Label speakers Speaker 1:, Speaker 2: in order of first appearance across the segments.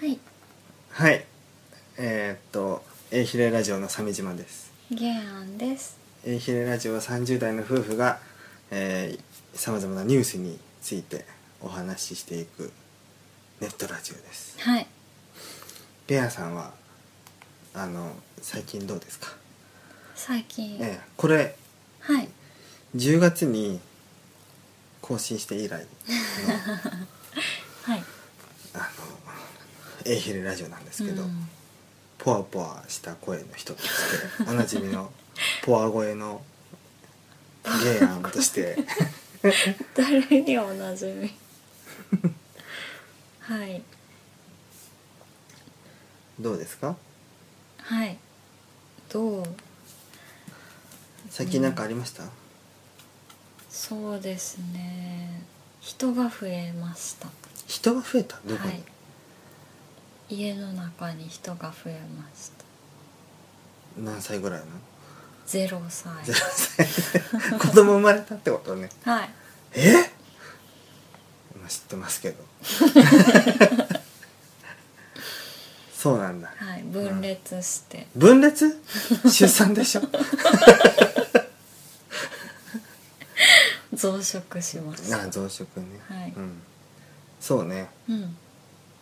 Speaker 1: はい
Speaker 2: はいえーっと「えいひれラジオ」の鮫島です
Speaker 1: ゲアンです
Speaker 2: えいひれラジオは30代の夫婦がさまざまなニュースについてお話ししていくネットラジオです
Speaker 1: はい
Speaker 2: ベアさんはあの最近どうですか、
Speaker 1: 最近、
Speaker 2: ええこれ
Speaker 1: はい
Speaker 2: 10月に更新して以来の
Speaker 1: はい
Speaker 2: あのえいひれラジオなんですけど、
Speaker 1: うん
Speaker 2: ポワポワした声の人としておなじみのポワ声のゲイアンとして
Speaker 1: 誰におなじ みはい
Speaker 2: どうですか
Speaker 1: はいどう
Speaker 2: 最近なんかありました、
Speaker 1: そうですね人が増えました
Speaker 2: 人が増えたどこに、
Speaker 1: はい家の中に人が増えました
Speaker 2: 何歳ぐらいの
Speaker 1: ゼロ歳
Speaker 2: ?0 歳子供生まれたってことね
Speaker 1: はい
Speaker 2: えまあ知ってますけどそうなんだ
Speaker 1: はい分裂して、
Speaker 2: 分裂出 産でしょ
Speaker 1: 増殖しました
Speaker 2: なあ増殖ね、
Speaker 1: はい
Speaker 2: うん、そうね
Speaker 1: うん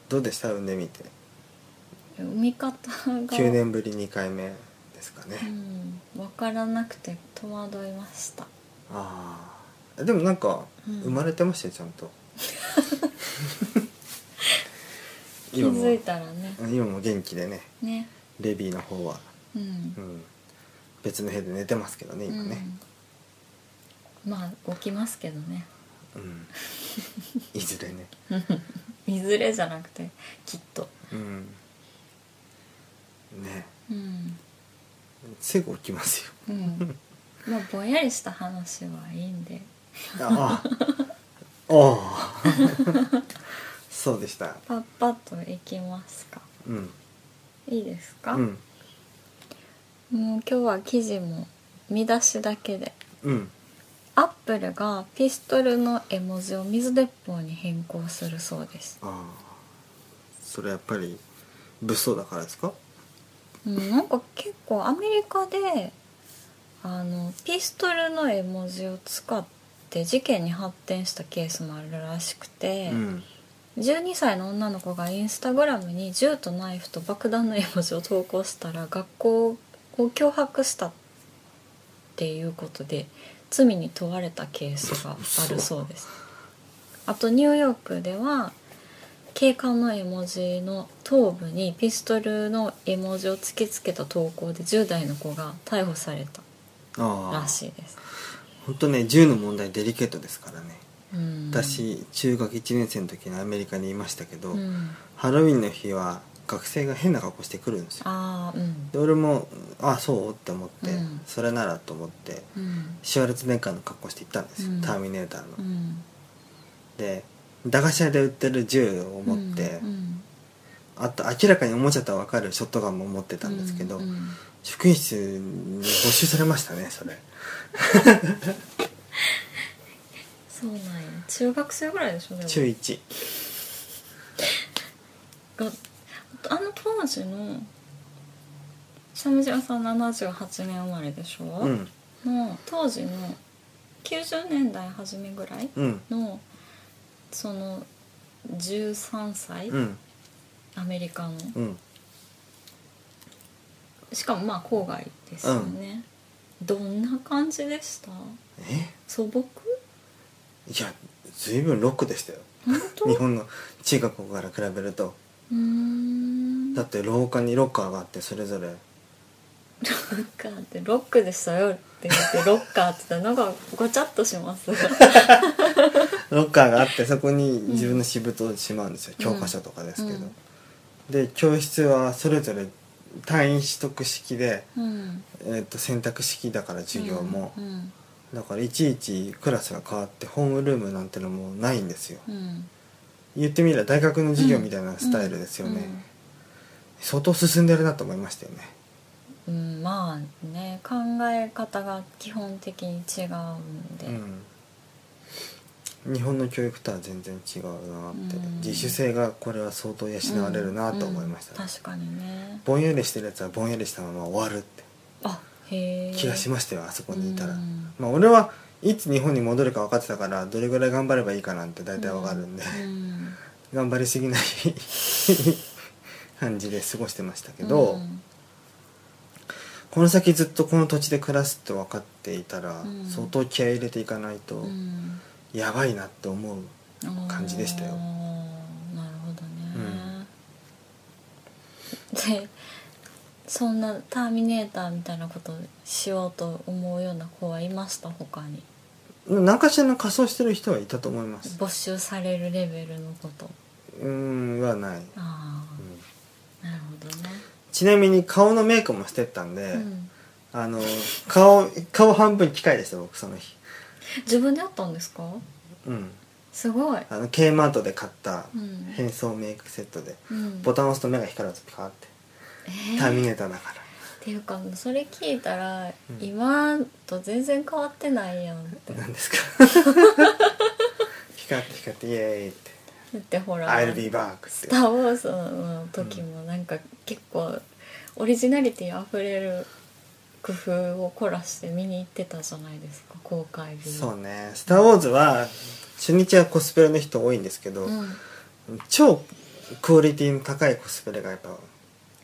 Speaker 2: どうでした産んでみて
Speaker 1: 産み方が
Speaker 2: 9年ぶり2回目ですかね、
Speaker 1: うん分からなくて戸惑いました
Speaker 2: ああでもなんか
Speaker 1: うん
Speaker 2: 生まれてましたよちゃん と
Speaker 1: 気づいたらね
Speaker 2: 今も今も元気でね
Speaker 1: ね
Speaker 2: レビーの方は、
Speaker 1: うん
Speaker 2: う、ん、別の部屋で寝てますけどね今ね、
Speaker 1: うん、まあ起きますけどね
Speaker 2: うんいずれね、
Speaker 1: いずれじゃなくてきっと
Speaker 2: うん、ね
Speaker 1: うん、
Speaker 2: すぐ起きますよ
Speaker 1: うん、まあぼんやりした話はいいんで
Speaker 2: あ あああそうでした
Speaker 1: パッパッと行きますか
Speaker 2: うん
Speaker 1: いいですか、
Speaker 2: うん
Speaker 1: もう今日は記事も見出しだけで
Speaker 2: うん
Speaker 1: アップルがピストルの絵文字を水鉄砲に変更するそうです
Speaker 2: ああそれやっぱり物騒だからですか
Speaker 1: うん、なんか結構アメリカであのピストルの絵文字を使って事件に発展したケースもあるらしくて、
Speaker 2: うん
Speaker 1: 12歳の女の子がインスタグラムに銃とナイフと爆弾の絵文字を投稿したら学校を脅迫したっていうことで罪に問われたケースがあるそうです。あとニューヨークでは警官の絵文字の頭部にピストルの絵文字を突きつけた投稿で10代の子が逮捕された
Speaker 2: ああ
Speaker 1: らしいです。
Speaker 2: 本当ね銃の問題デリケートですからね、
Speaker 1: うん、
Speaker 2: 私中学1年生の時にアメリカにいましたけど、
Speaker 1: うん、
Speaker 2: ハロウィンの日は学生が変な格好してくるんですよ
Speaker 1: ああうん
Speaker 2: で俺もあそうって思って、
Speaker 1: うん
Speaker 2: それならと思って
Speaker 1: うん
Speaker 2: シュワルツェネッガーの格好して行ったんですよ、
Speaker 1: うん
Speaker 2: ターミネーターの、
Speaker 1: うん
Speaker 2: で駄菓子屋で売ってる銃を持って、
Speaker 1: うんうん
Speaker 2: あと明らかにおもちゃとは分かるショットガンも持ってたんですけど、
Speaker 1: うんうん
Speaker 2: 職員室に没収されましたねそれ
Speaker 1: そうなんや中学生ぐらいでしょでも
Speaker 2: 中1
Speaker 1: があの当時の鮫島さん78年生まれでしょ、
Speaker 2: うん
Speaker 1: の当時の90年代初めぐらい
Speaker 2: うん
Speaker 1: のその13歳、
Speaker 2: うん
Speaker 1: アメリカの
Speaker 2: うん
Speaker 1: しかもまあ郊外ですよね、どんな感じでした
Speaker 2: え
Speaker 1: 素朴
Speaker 2: いや随分ロックでしたよ
Speaker 1: 本当
Speaker 2: 日本の中学校から比べると
Speaker 1: うーん
Speaker 2: だって廊下にロッカーがあってそれぞれ
Speaker 1: ロッカーってロックでしたよって言ってロッカーって言ったらなんかごちゃっとします。
Speaker 2: ロッカーがあってそこに自分の私物をしまうんですよ、教科書とかですけど、
Speaker 1: うん
Speaker 2: で教室はそれぞれ単位取得式で、
Speaker 1: うん。
Speaker 2: えー、と選択式だから授業も、
Speaker 1: うん
Speaker 2: だからいちいちクラスが変わってホームルームなんてのもないんですよ
Speaker 1: うん
Speaker 2: 言ってみれば大学の授業みたいなスタイルですよね、相当進んでるなと思いましたよね
Speaker 1: うん、うんまあね考え方が基本的に違うんで、
Speaker 2: うん日本の教育とは全然違うなって、
Speaker 1: うん
Speaker 2: 自主性がこれは相当養われるなと思いました、
Speaker 1: うんうん確かにね
Speaker 2: ぼんやりしてるやつはぼんやりしたまま終わるって
Speaker 1: あへえ
Speaker 2: 気がし
Speaker 1: ま
Speaker 2: ましたよあそこにいたら、
Speaker 1: うん
Speaker 2: まあ俺はいつ日本に戻るか分かってたからどれぐらい頑張ればいいかなんて大体分かるんで、
Speaker 1: うん、
Speaker 2: 頑張りすぎない 感じで過ごしてましたけど、
Speaker 1: うん
Speaker 2: この先ずっとこの土地で暮らすって分かっていたら、
Speaker 1: うん
Speaker 2: 相当気合い入れていかないと
Speaker 1: うん
Speaker 2: やばいなって思う、感じでしたよ
Speaker 1: あーなるほどね、でそんな「ターミネーター」みたいなことしようと思うような子はいました他に
Speaker 2: 何かしらの仮装してる人はいたと思います
Speaker 1: 没収されるレベルのこと
Speaker 2: うーんはない、うん
Speaker 1: ああなるほどね、
Speaker 2: ちなみに顔のメイクもしてったんで、
Speaker 1: うん、
Speaker 2: あの顔顔半分機械でした僕その日
Speaker 1: 自分でやったんですか
Speaker 2: うん
Speaker 1: すごい、
Speaker 2: あの K マートで買った
Speaker 1: うん
Speaker 2: 変装メイクセットで
Speaker 1: うん、
Speaker 2: ボタン押すと目が光るんですピカーって
Speaker 1: えー
Speaker 2: ターミネーターだから
Speaker 1: っていうかそれ聞いたら、
Speaker 2: ん
Speaker 1: 今と全然変わってないやんってだ
Speaker 2: 何 ですかピカって光ってイエーイ って
Speaker 1: ってほ
Speaker 2: 「
Speaker 1: ら
Speaker 2: I'll be back」っ
Speaker 1: ス
Speaker 2: て
Speaker 1: ター・ウォーズ」の時もなんか結構オリジナリティあふれる工夫を凝らして見に行ってたじゃないですか公開日
Speaker 2: そうね「スター・ウォーズ」は初日はコスプレの人多いんですけど、
Speaker 1: うん
Speaker 2: 超クオリティの高いコスプレがやっぱ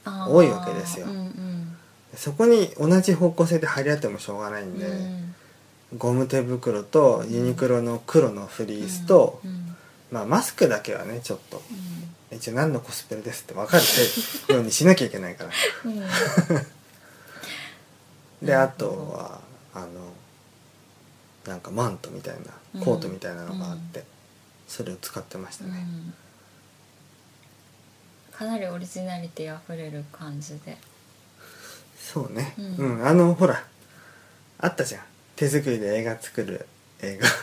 Speaker 1: あー
Speaker 2: 多いわけですよ
Speaker 1: うんうん
Speaker 2: そこに同じ方向性で張り合ってもしょうがないんで、
Speaker 1: うん
Speaker 2: ゴム手袋とユニクロの黒のフリースと、
Speaker 1: うんうん
Speaker 2: まあマスクだけはねちょっと一応何のコスプレですって分かるようにしなきゃいけな いから
Speaker 1: うんうん
Speaker 2: であとはあのなんかマントみたいなコートみたいなのがあって、それを使ってました
Speaker 1: う
Speaker 2: ね、
Speaker 1: んかなりオリジナリティあふれる感じで
Speaker 2: そうね
Speaker 1: う
Speaker 2: うんん、あのほらあったじゃん手作りで映画作る映画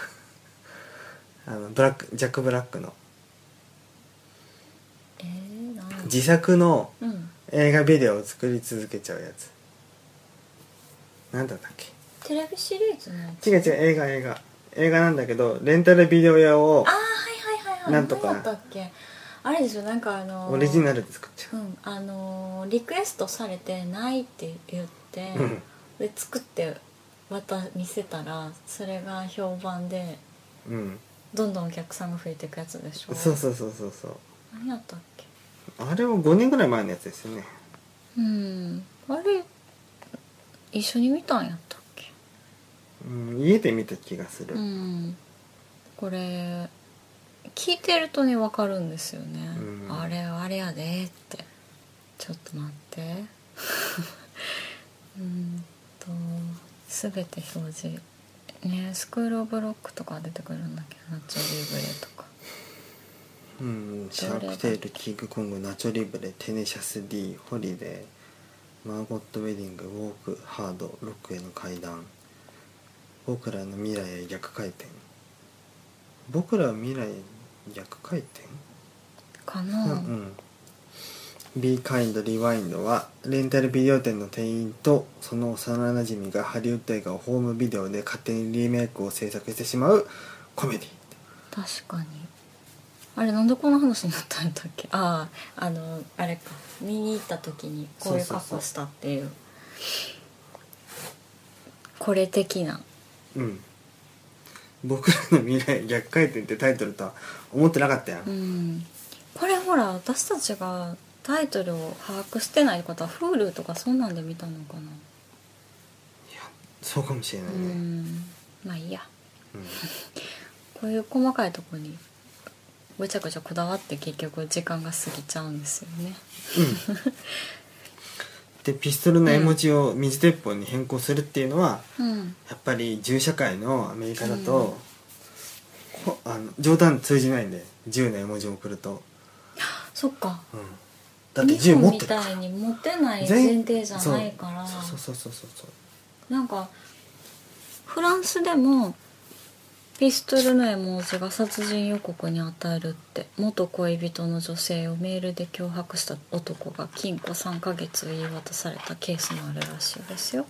Speaker 2: あのブラックジャック・ブラックの
Speaker 1: えー、なん
Speaker 2: 自作の
Speaker 1: うん
Speaker 2: 映画ビデオを作り続けちゃうやつなんだったっけ
Speaker 1: テレビシリーズのやつ
Speaker 2: 違う違う映画映画映画なんだけどレンタルビデオ屋を
Speaker 1: ああはいはいはいはい
Speaker 2: なんとか
Speaker 1: 何だったっけあれですよなんかあのー
Speaker 2: オリジナルで作っち
Speaker 1: う
Speaker 2: ゃ
Speaker 1: んあのーリクエストされてないって言って、
Speaker 2: う、うん
Speaker 1: で作って渡見せたらそれが評判で
Speaker 2: うん、
Speaker 1: どんどんお客さんが増えていくやつでしょ
Speaker 2: そう
Speaker 1: う
Speaker 2: そうそうそうそう
Speaker 1: 何やったっけ
Speaker 2: あれは5年ぐらい前のやつですよね
Speaker 1: うんあれ一緒に見たんやったっけ
Speaker 2: うん家で見た気がする
Speaker 1: う、んこれ聞いてるとね分かるんですよね、
Speaker 2: うん
Speaker 1: あれあれやでってちょっと待って うんと全て表示ねスクール・オブ・ロックとか出てくるんだけどナチョ・リブレとか
Speaker 2: うん、シャークテールキングコングナチョリブレテネシャス D ホリデーマーゴットウェディングウォークハードロックへの階段僕らの未来へ逆回転僕らは未来へ逆回転
Speaker 1: かな、
Speaker 2: うんうん「Be Kind Rewind」はレンタルビデオ店の店員とその幼なじみがハリウッド映画をホームビデオで勝手にリメイクを制作してしまうコメディ
Speaker 1: 確かにあれなんでこの話になったんやったっけあああのあれか見に行った時にこういう格好したっていうこれ的な
Speaker 2: うん僕らの未来逆回転ってタイトルとは思ってなかったやん、
Speaker 1: うんこれほら私たちがタイトルを把握してないことは Hulu とかそんなんで見たのかな
Speaker 2: そうかもしれないうね、
Speaker 1: んまあいいや
Speaker 2: うん
Speaker 1: こういう細かいとこにぐちゃぐちゃこだわって結局時間が過ぎちゃうんですよね
Speaker 2: でピストルの絵文字を水鉄砲に変更するっていうのは、
Speaker 1: うん
Speaker 2: やっぱり銃社会のアメリカだと、こあの冗談通じないんで銃の絵文字を送ると、
Speaker 1: そっか
Speaker 2: うん、だって銃持ってるか
Speaker 1: 日本みたいに持てない
Speaker 2: ら
Speaker 1: 前提じゃないから
Speaker 2: そうそうそうそうそう
Speaker 1: なんかフランスでもピストルの絵文字が殺人予告に与えるって元恋人の女性をメールで脅迫した男が禁錮3ヶ月を言い渡されたケースもあるらしいですよ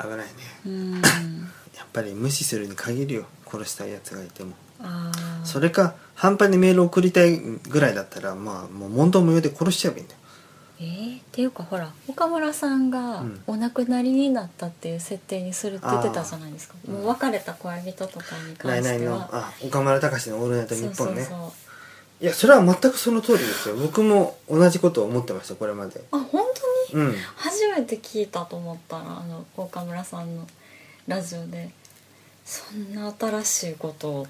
Speaker 2: 危ないね
Speaker 1: うん
Speaker 2: やっぱり無視するに限るよ殺したいやつがいても
Speaker 1: ああ
Speaker 2: それか半端にメール送りたいぐらいだったらまあもう問答無用で殺しちゃえばいいんだよ
Speaker 1: えー、っていうかほら岡村さんが
Speaker 2: うん
Speaker 1: お亡くなりになったっていう設定にするって言ってたじゃないですか、
Speaker 2: あー
Speaker 1: もう別れた恋人とかに
Speaker 2: ナ
Speaker 1: 関
Speaker 2: イナイ
Speaker 1: して
Speaker 2: の
Speaker 1: は
Speaker 2: あ岡村隆史の「オールナイト
Speaker 1: そ
Speaker 2: ニ
Speaker 1: う
Speaker 2: ッポ
Speaker 1: そう
Speaker 2: ンね」
Speaker 1: そう
Speaker 2: いやそれは全くその通りですよ僕も同じことを思ってましたこれまで
Speaker 1: あ本当に
Speaker 2: うん
Speaker 1: 初めて聞いたと思ったらあの岡村さんのラジオでそんな新しいことを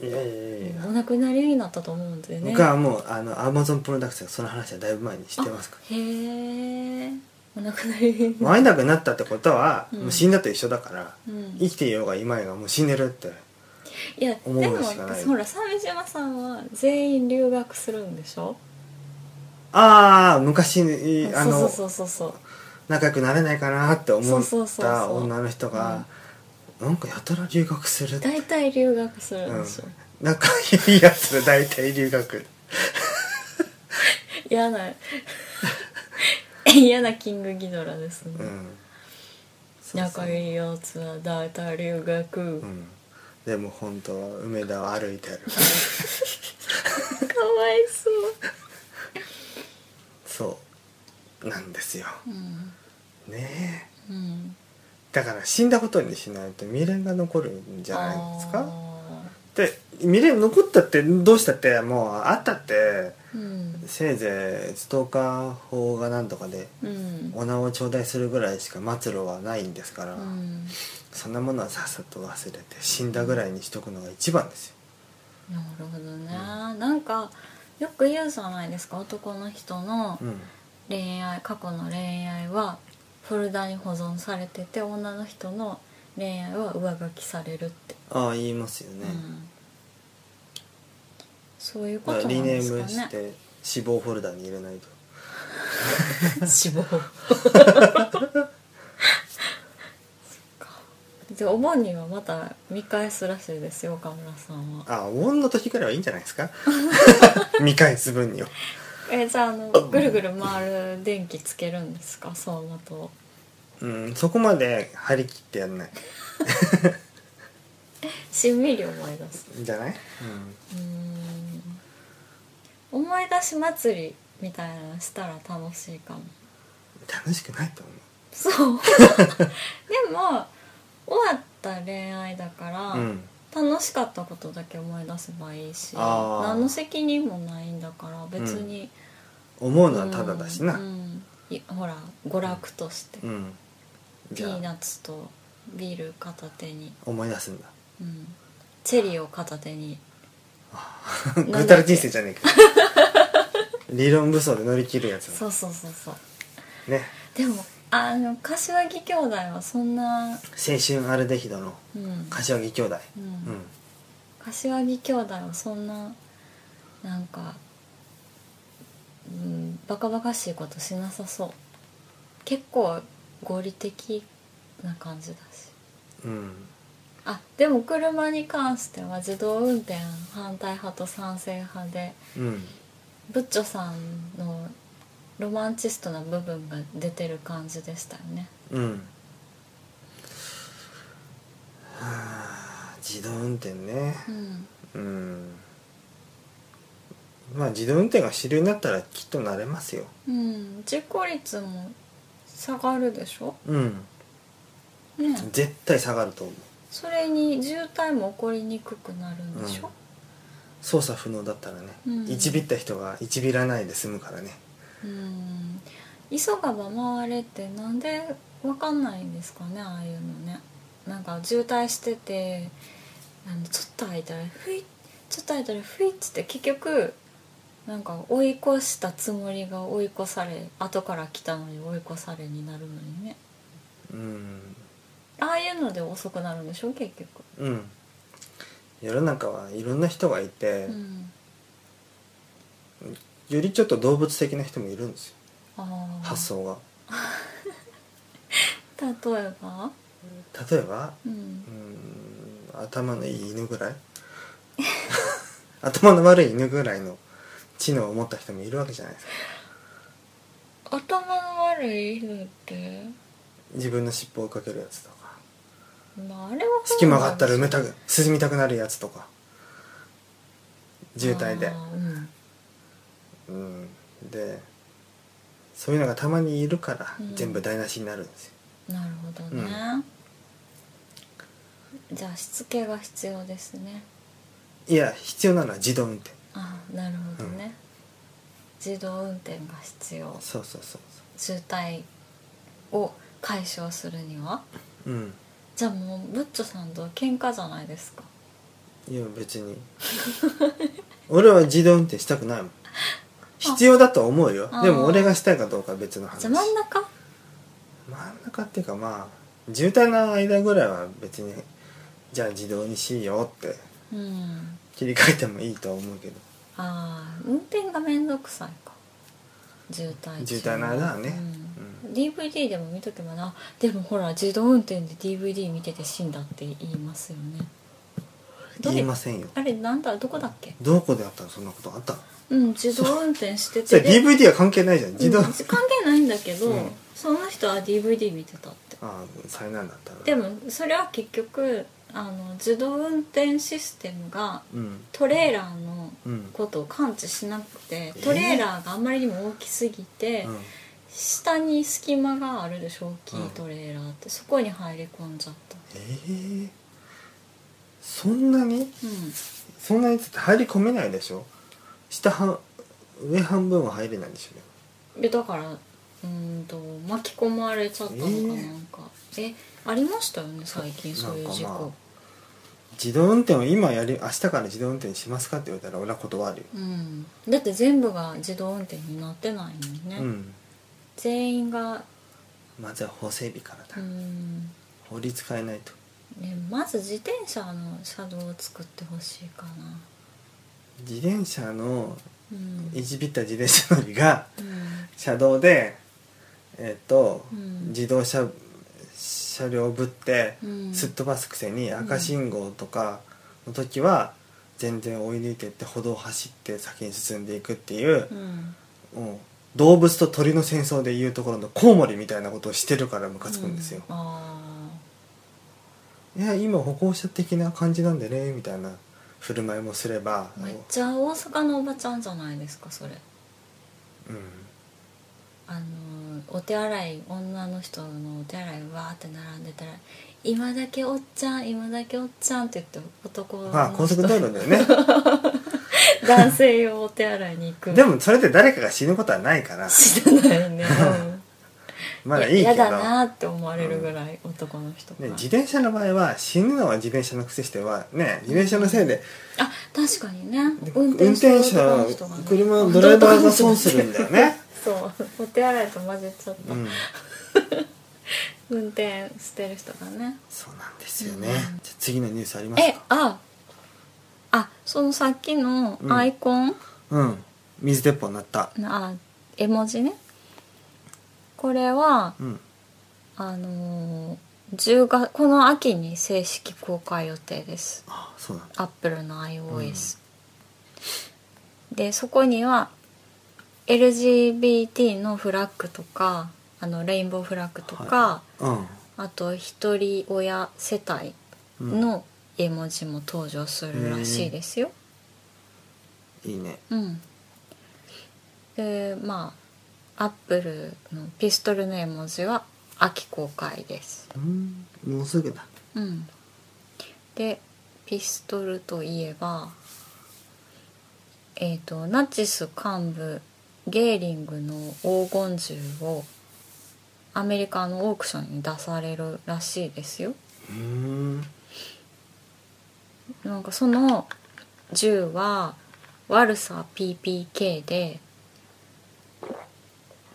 Speaker 2: いやいやいやいや
Speaker 1: お亡くなりになったと思うんでね
Speaker 2: 僕はもうあのアマゾンプロダクツがその話はだいぶ前に知ってますから
Speaker 1: へえお亡くなりになっ
Speaker 2: 会えなくなったってことは、
Speaker 1: うん
Speaker 2: もう死んだと一緒だから、
Speaker 1: うん
Speaker 2: 生きていようがいまいがもう死んでるって
Speaker 1: いやで
Speaker 2: 思う
Speaker 1: も
Speaker 2: のしかない
Speaker 1: ほら鮫島さんは全員留学するんでしょ
Speaker 2: ああ昔にあ
Speaker 1: そう
Speaker 2: の
Speaker 1: そうそうそう
Speaker 2: 仲良くなれないかなって思っ
Speaker 1: そうそうそう
Speaker 2: た
Speaker 1: そう
Speaker 2: 女の人がなんかやたら留学するって
Speaker 1: 大体留学する
Speaker 2: うんん
Speaker 1: でしょ、
Speaker 2: 仲いいやつら大体留学
Speaker 1: 嫌な 嫌なキングギドラですね、
Speaker 2: うんそうそう
Speaker 1: 仲いいやつは大体留学、
Speaker 2: うんでも本当は梅田を歩いてる
Speaker 1: かわいそう、
Speaker 2: そうなんですよ
Speaker 1: うん
Speaker 2: ねえ
Speaker 1: うん、
Speaker 2: だから死んだことにしないと未練が残るんじゃないです
Speaker 1: あ
Speaker 2: かで未練残ったってどうしたってもうあったって
Speaker 1: ーうん
Speaker 2: せいぜいストーカー法がなんとかで
Speaker 1: うん
Speaker 2: お名を頂戴するぐらいしか末路はないんですから、
Speaker 1: うん
Speaker 2: そんなものはさっさと忘れて死んだぐらいにしとくのが一番ですよ
Speaker 1: なるほどね、なんかよく言うじゃないですか男の人の
Speaker 2: うん
Speaker 1: 恋愛過去の恋愛はフォルダに保存されてて女の人の恋愛は上書きされるって、
Speaker 2: ああ言いますよ
Speaker 1: う
Speaker 2: ね、
Speaker 1: ん、そういうこ
Speaker 2: だ
Speaker 1: と
Speaker 2: からリ
Speaker 1: なん
Speaker 2: ネ
Speaker 1: で
Speaker 2: ー
Speaker 1: す
Speaker 2: ムし
Speaker 1: かね
Speaker 2: て死亡フォルダに入れないと
Speaker 1: 死亡でお盆にはまた見返すらしいですよ岡村さんは
Speaker 2: ああウォンの時からはいいんじゃないで すか見返す分には
Speaker 1: えじゃああのぐるぐる回る電気つけるんですか相馬と
Speaker 2: うんそこまで張り切ってやんない
Speaker 1: しんみり思い出す
Speaker 2: じゃない、
Speaker 1: うーん思い出し祭りみたいなのしたら楽しいかも
Speaker 2: 楽しくないと思う
Speaker 1: そう でも終わった恋愛だから、
Speaker 2: うん
Speaker 1: 楽しかったことだけ思い出せばいいし
Speaker 2: あー
Speaker 1: 何の責任もないんだから別に、
Speaker 2: 思う
Speaker 1: うん
Speaker 2: のはただだしな
Speaker 1: うんいほら娯楽として、
Speaker 2: うん、
Speaker 1: ピ
Speaker 2: じ
Speaker 1: ー
Speaker 2: ゃ
Speaker 1: ナ
Speaker 2: あ
Speaker 1: ッツとビール片手に、
Speaker 2: 思い出すんだ
Speaker 1: うん、チェリーを片手に
Speaker 2: ぐうたら人生じ ゃねえか理論武装で乗り切るやつ
Speaker 1: そうそうそうそう
Speaker 2: ね
Speaker 1: でもあの柏木兄弟はそんな、
Speaker 2: 青春アルデヒドの
Speaker 1: うん
Speaker 2: 柏木兄弟
Speaker 1: うん
Speaker 2: うん
Speaker 1: 柏木兄弟はそんななんか、うん、バカバカしいことしなさそう結構合理的な感じだし
Speaker 2: うん
Speaker 1: あでも車に関しては自動運転反対派と賛成派で
Speaker 2: うん
Speaker 1: ブッチョさんのロマンチストな部分が出てる感じでしたよね
Speaker 2: うんはあ自動運転ね
Speaker 1: うん
Speaker 2: うんまあ自動運転が主流になったらきっとなれますよ
Speaker 1: うん事故率も下がるでしょ
Speaker 2: うん
Speaker 1: ね
Speaker 2: 絶対下がると思う
Speaker 1: それに渋滞も起こりにくくなるんでしょ、
Speaker 2: 操作不能だったらね、
Speaker 1: うん
Speaker 2: 一ビった人が一ビらないで済むからね
Speaker 1: うん急がば回れってなんでわかんないんですかねああいうのねなんか渋滞しててあのちょっと空いたらふいちょっと空いたらふいっつって結局なんか追い越したつもりが追い越され後から来たのに追い越されになるのにね
Speaker 2: うん
Speaker 1: ああいうので遅くなるんでしょ結局
Speaker 2: うん世の中はいろんな人がいて、
Speaker 1: うん
Speaker 2: よりちょっと動物的な人もいるんですよ
Speaker 1: ああ
Speaker 2: 発想が
Speaker 1: 例えば
Speaker 2: 例えば
Speaker 1: うん
Speaker 2: うん頭のいい犬 ぐらい頭の悪い犬ぐらいの知能を持った人もいるわけじゃないですか
Speaker 1: 頭の悪い犬って
Speaker 2: 自分の尻尾をかけるやつとか
Speaker 1: まああれは
Speaker 2: 隙間があったら埋めたく進みたくなるやつとか渋滞で
Speaker 1: あーうん
Speaker 2: うんでそういうのがたまにいるから
Speaker 1: うん
Speaker 2: 全部台無しになるんですよ、
Speaker 1: なるほどね、じゃあしつけが必要ですね
Speaker 2: いや必要なのは自動運転
Speaker 1: ああなるほどね、自動運転が必要
Speaker 2: そうそうそう
Speaker 1: 渋滞を解消するには
Speaker 2: そううん
Speaker 1: じゃあもうブッチョさんとは喧嘩じゃないですか
Speaker 2: いや別に 俺は自動運転したくないもん必要だとは思うよ
Speaker 1: あ
Speaker 2: でも俺がしたいかどうかは別の話
Speaker 1: じゃあ真ん中
Speaker 2: 真ん中っていうかまあ渋滞の間ぐらいは別にじゃあ自動にしようって
Speaker 1: うん
Speaker 2: 切り替えてもいいとは思うけど
Speaker 1: ああ運転が面倒くさいか渋滞中
Speaker 2: 渋滞の間はね
Speaker 1: うん DVD でも見とけばなでもほら自動運転で DVD 見てて死んだって言いますよねどれ
Speaker 2: 言いませんよ
Speaker 1: あれなんだどこだっけ
Speaker 2: どこであったのそんなことあったの
Speaker 1: うん自動運転して
Speaker 2: そ
Speaker 1: て
Speaker 2: れ DVD は関係ないじゃん自動、
Speaker 1: う
Speaker 2: あ
Speaker 1: ん関係ないんだけど、
Speaker 2: うん
Speaker 1: その人は DVD 見てたって
Speaker 2: あ災難だったら
Speaker 1: でもそれは結局あの自動運転システムが
Speaker 2: うん
Speaker 1: トレーラーの
Speaker 2: うん
Speaker 1: ことを感知しなくて
Speaker 2: えー
Speaker 1: トレーラーがあまりにも大きすぎて、
Speaker 2: うん
Speaker 1: 下に隙間があるでしょ大きいトレーラーって、そこに入り込んじゃった
Speaker 2: ええそんなに
Speaker 1: うん
Speaker 2: そんなにつって入り込めないでしょ下半上半分は入れないでしょ
Speaker 1: でだからうーんと巻き込まれちゃったのか
Speaker 2: えー
Speaker 1: なんかえありましたよね最近そういう事
Speaker 2: なんかま
Speaker 1: 故
Speaker 2: あ自動運転を今やり明日から自動運転しますかって言われたら俺は断るよ、
Speaker 1: うんだって全部が自動運転になってないのにね、
Speaker 2: うん
Speaker 1: 全員が
Speaker 2: まずは法整備から
Speaker 1: う
Speaker 2: だ、
Speaker 1: ん、
Speaker 2: 法律変えないと
Speaker 1: ね、まず自転車の車道を作ってほしいかな
Speaker 2: 自転車の
Speaker 1: うん
Speaker 2: いじびった自転車乗りが
Speaker 1: うん
Speaker 2: 車道でえっ、と、
Speaker 1: うん
Speaker 2: 自動車車両ぶって
Speaker 1: うん
Speaker 2: すっ飛ばすくせに
Speaker 1: ん
Speaker 2: 赤信号とかの時は全然追い抜いてって歩道を走って先に進んでいくっていう
Speaker 1: う、ん
Speaker 2: もう動物と鳥の戦争でいうところのコウモリみたいなことをしてるからムカつくんですよ、
Speaker 1: うあ
Speaker 2: いや今歩行者的な感じなんでねみたいな振る舞いもすれば、
Speaker 1: ーめっちゃ大阪のおばちゃんじゃないですかそれ
Speaker 2: うん
Speaker 1: あのーお手洗い女の人のお手洗いわーって並んでたら「今だけおっちゃん今だけおっちゃん」って言って男の人
Speaker 2: まあ高速道路だよね
Speaker 1: 男性用お手洗いに行く
Speaker 2: でもそれで誰かが死ぬことはない から
Speaker 1: 知らない ね、うん
Speaker 2: まだいいけ
Speaker 1: や
Speaker 2: ど
Speaker 1: だなーって思われるぐらい男の人が、
Speaker 2: ね、自転車の場合は死ぬのは自転車のくせしてはね自転車のせいで
Speaker 1: あ確かにね
Speaker 2: 運転
Speaker 1: してる男
Speaker 2: 者
Speaker 1: の人がね
Speaker 2: 車のドライバーが損するんだよね、
Speaker 1: そうお手洗いと混ぜちゃった、
Speaker 2: うん、
Speaker 1: 運転してる人がね
Speaker 2: そうなんですよね、
Speaker 1: うん
Speaker 2: じゃあ次のニュースあります
Speaker 1: え
Speaker 2: か
Speaker 1: ああそのさっきの
Speaker 2: うん
Speaker 1: アイコン、
Speaker 2: うん水鉄砲になった
Speaker 1: あ絵文字ねこれは
Speaker 2: うん
Speaker 1: あのー10月この秋に正式公開予定です
Speaker 2: あそうなんだ
Speaker 1: アップルの iOS、でそこには LGBT のフラッグとかあのレインボーフラッグとか、あと一人親世帯
Speaker 2: うん、うん、
Speaker 1: の絵文字も登場するらしいですよ。
Speaker 2: いいね
Speaker 1: うん、でまあアップルのピストルの絵文字は秋公開です。
Speaker 2: うんもうすぐだ
Speaker 1: うん、でピストルといえば、えー、とナチス幹部ゲーリングの黄金銃をアメリカのオークションに出されるらしいですよ。
Speaker 2: うん
Speaker 1: なんかその銃はワルサ PPK で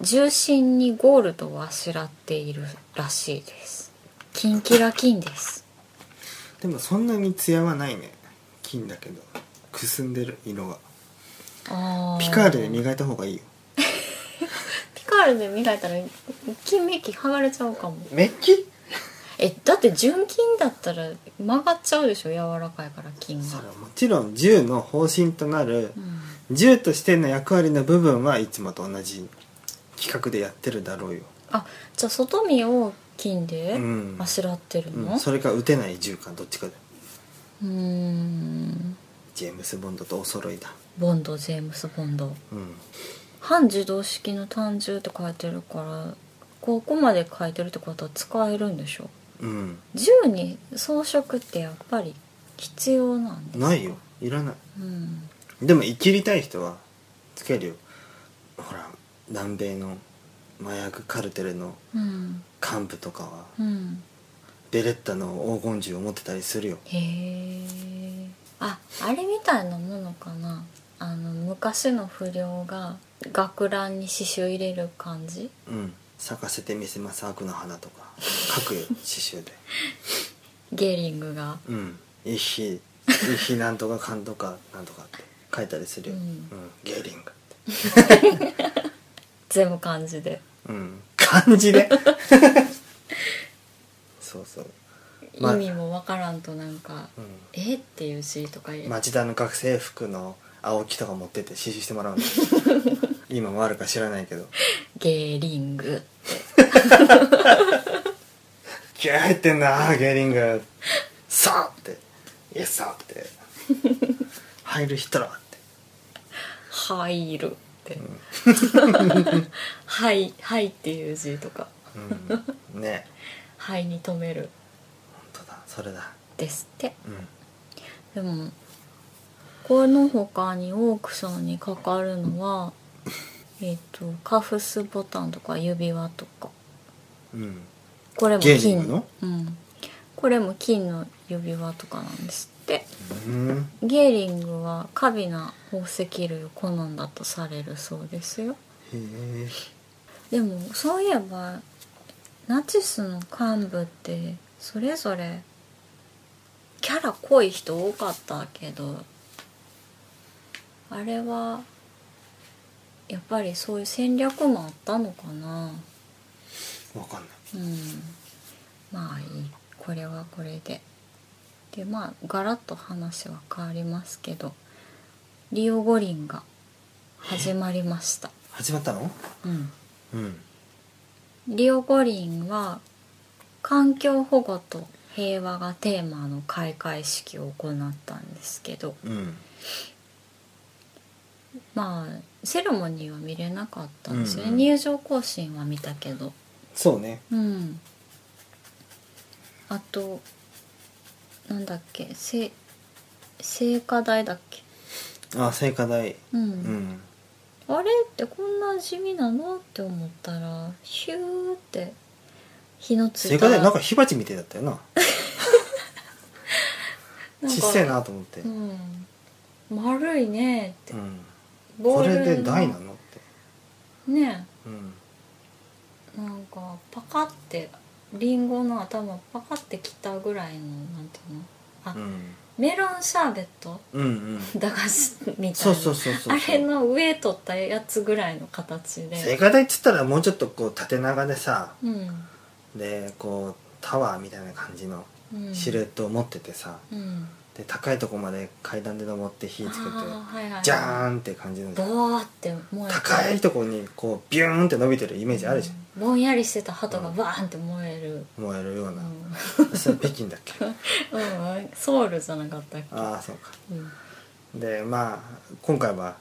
Speaker 1: 重心にゴールドをあしらっているらしいですキンキラキンです
Speaker 2: でもそんなに艶はないね金だけどくすんでる色がピカールで磨いた方がいいよ
Speaker 1: ピカールで磨いたら金メッキ剥がれちゃうかも
Speaker 2: メッキ
Speaker 1: えだって純金だったら曲がっちゃうでしょ柔らかいから金
Speaker 2: そ
Speaker 1: が
Speaker 2: れはもちろん銃の方針となる
Speaker 1: うん
Speaker 2: 銃としての役割の部分はいつもと同じ企画でやってるだろうよ
Speaker 1: あじゃあ外見を金で
Speaker 2: うん
Speaker 1: あしらってるの
Speaker 2: うん、それか撃てない銃かどっちかで
Speaker 1: うーん
Speaker 2: ジェームス・ボンドとお揃いだ
Speaker 1: ボンドジェームス・ボンド
Speaker 2: うん
Speaker 1: 半自動式の単銃って書いてるからここまで書いてるってことは使えるんでしょ
Speaker 2: うん
Speaker 1: 銃に装飾ってやっぱり必要なんですか
Speaker 2: ないよいらない
Speaker 1: うん
Speaker 2: でも生きりたい人はつけるよほら南米の麻薬カルテルの
Speaker 1: うん
Speaker 2: 幹部とかは
Speaker 1: うん
Speaker 2: ベレッタの黄金銃を持ってたりするよ
Speaker 1: へえああれみたいなものかなあの昔の不良が学ランに刺繍入れる感じ
Speaker 2: うん咲かせてみせます悪の花とか書くよ刺繍で
Speaker 1: ゲーリングが
Speaker 2: うん一匹一匹なんとかかんとかなんとかって書いたりするよ、
Speaker 1: う
Speaker 2: うんんゲーリング
Speaker 1: 全部漢字で
Speaker 2: うん漢字で そうそう、
Speaker 1: 意
Speaker 2: まあ
Speaker 1: 味もわからんとなんか
Speaker 2: う
Speaker 1: 「えっ?」ていう字とか入れ
Speaker 2: ん、
Speaker 1: て、
Speaker 2: 町田の学生服の青木とか持ってって刺繍してもらうの 今もあるか知らないけど
Speaker 1: ゲーリング
Speaker 2: 気合入ってんなゲーリングさあってイエスさあって入る人らって
Speaker 1: 入るって、 はいはいっていう字とか
Speaker 2: うん、ね
Speaker 1: はいに止める
Speaker 2: 本当だそれだ
Speaker 1: ですって
Speaker 2: うん
Speaker 1: でもこの他にオークションにかかるのはえっとカフスボタンとか指輪とか
Speaker 2: うん
Speaker 1: これも
Speaker 2: ゲーリン
Speaker 1: 金
Speaker 2: グの
Speaker 1: うん、これも金の指輪とかなんですって
Speaker 2: うん
Speaker 1: ゲーリングは華美な宝石類を好んだとされるそうですよ
Speaker 2: へえ
Speaker 1: でもそういえばナチスの幹部ってそれぞれキャラ濃い人多かったけどあれはやっぱりそういう戦略もあったのかな
Speaker 2: わかんない
Speaker 1: うんまあいいこれはこれででまあガラッと話は変わりますけどリオ五輪が始まりました、
Speaker 2: 始まったの
Speaker 1: うん
Speaker 2: うん
Speaker 1: リオ五輪は環境保護と平和がテーマの開会式を行ったんですけど
Speaker 2: うん
Speaker 1: まあセレモニーは見れなかったんですよね、
Speaker 2: うんうん
Speaker 1: 入場行進は見たけど
Speaker 2: そうね
Speaker 1: うんあとなんだっけせ聖火台だっけ
Speaker 2: あ聖火台
Speaker 1: うん、
Speaker 2: うん
Speaker 1: あれってこんな地味なのって思ったらヒューって火のつ
Speaker 2: 聖
Speaker 1: い
Speaker 2: 火
Speaker 1: た
Speaker 2: 台なんか火鉢みたいだった よな
Speaker 1: なんか
Speaker 2: ちっせえなと思ってうん、
Speaker 1: うん、丸いねって
Speaker 2: こ
Speaker 1: ル
Speaker 2: れ
Speaker 1: の
Speaker 2: で台なのって
Speaker 1: ね
Speaker 2: うん
Speaker 1: なんかパカってリンゴの頭パカって切ったぐらいのなんていうのあ
Speaker 2: うん
Speaker 1: メロンシャーベット
Speaker 2: うんうん
Speaker 1: 駄菓子みたいな
Speaker 2: そうそうそうそう
Speaker 1: あれの上取ったやつぐらいの形
Speaker 2: 聖
Speaker 1: で
Speaker 2: 火台っつったらもうちょっとこう縦長でさ
Speaker 1: うん
Speaker 2: でこうタワーみたいな感じの
Speaker 1: うん
Speaker 2: シルエットを持っててさ、
Speaker 1: うん
Speaker 2: で高いとこまで階段で登って火つけ
Speaker 1: あ
Speaker 2: て
Speaker 1: ーはいはいはい
Speaker 2: ジャーンって感じの
Speaker 1: ボーって燃えて
Speaker 2: 高いとこにこうビューンって伸びてるイメージあるじゃん、
Speaker 1: うんぼんやりしてた鳩がバーンって燃える、
Speaker 2: 燃えるよう
Speaker 1: う
Speaker 2: な、
Speaker 1: ん
Speaker 2: それ北京だっ け
Speaker 1: うん、ソウルじゃなかったっけ
Speaker 2: ああそうか
Speaker 1: うん
Speaker 2: でまあ今回は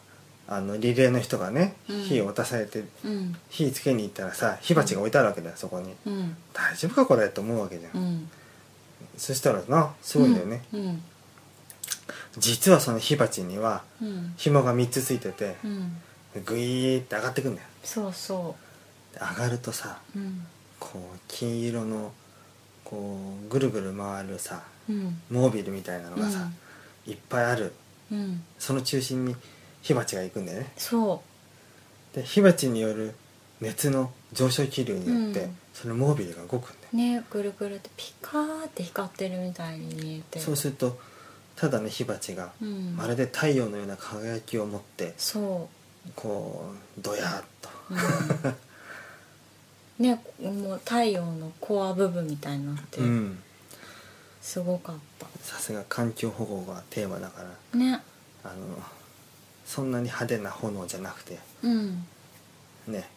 Speaker 2: あのリレーの人がね
Speaker 1: うん
Speaker 2: 火を渡されて、
Speaker 1: うん
Speaker 2: 火つけに行ったらさ火鉢が置いてあるわけだよそこに
Speaker 1: うん
Speaker 2: 大丈夫かこれと思うわけじゃん、
Speaker 1: うん
Speaker 2: そしたらなすごいんだよね、
Speaker 1: うん
Speaker 2: 実はその火鉢には
Speaker 1: うん
Speaker 2: 紐が3つついてて
Speaker 1: うん
Speaker 2: グイーって上がってくんだよ
Speaker 1: そうそ
Speaker 2: で上がるとさ
Speaker 1: ううん
Speaker 2: こう金色のこうぐるぐる回るさ
Speaker 1: うん
Speaker 2: モービルみたいなのがさ、いっぱいある
Speaker 1: うん、うん、
Speaker 2: その中心に火鉢が行くんだよね
Speaker 1: そ
Speaker 2: で火鉢による熱の上昇気流によって、
Speaker 1: うん
Speaker 2: そのモービルが動くんだよ
Speaker 1: うねぐるぐるってピカーって光ってるみたいに見えて
Speaker 2: そうするとただの火鉢が
Speaker 1: うん、
Speaker 2: まるで太陽のような輝きを持って
Speaker 1: そ
Speaker 2: こうドヤーっと
Speaker 1: う、うん、ねもう太陽のコア部分みたいになって、
Speaker 2: うん
Speaker 1: すごかった
Speaker 2: さすが環境保護がテーマだから
Speaker 1: ね
Speaker 2: あのそんなに派手な炎じゃなくて
Speaker 1: うん
Speaker 2: ね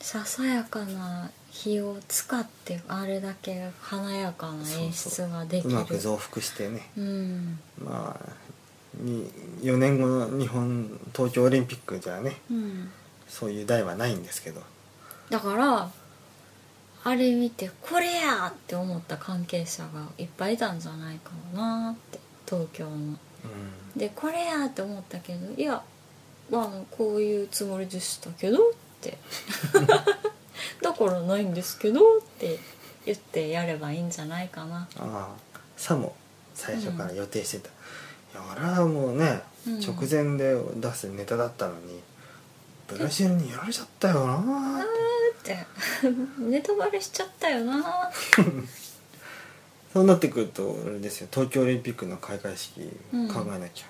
Speaker 1: ささやかな日を使ってあれだけ華やかな演出ができ
Speaker 2: う
Speaker 1: る
Speaker 2: まく増幅してね
Speaker 1: うん
Speaker 2: まあに4年後の日本東京オリンピックじゃね
Speaker 1: うん、
Speaker 2: そういう題はないんですけど
Speaker 1: だからあれ見てこれやって思った関係者がいっぱいいたんじゃないかなって東京の
Speaker 2: う
Speaker 1: でこれやって思ったけどいやまあこういうつもりでしたけどってだからないんですけどって言ってやればいいんじゃないかな、
Speaker 2: んああさも最初から予定してた、いや俺はもうね、
Speaker 1: うん
Speaker 2: 直前で出すネタだったのにブラジルにやられちゃったよな
Speaker 1: って ネタバレしちゃったよな
Speaker 2: そうなってくるとあれですよ東京オリンピックの開会式
Speaker 1: うん
Speaker 2: 考えなきゃ、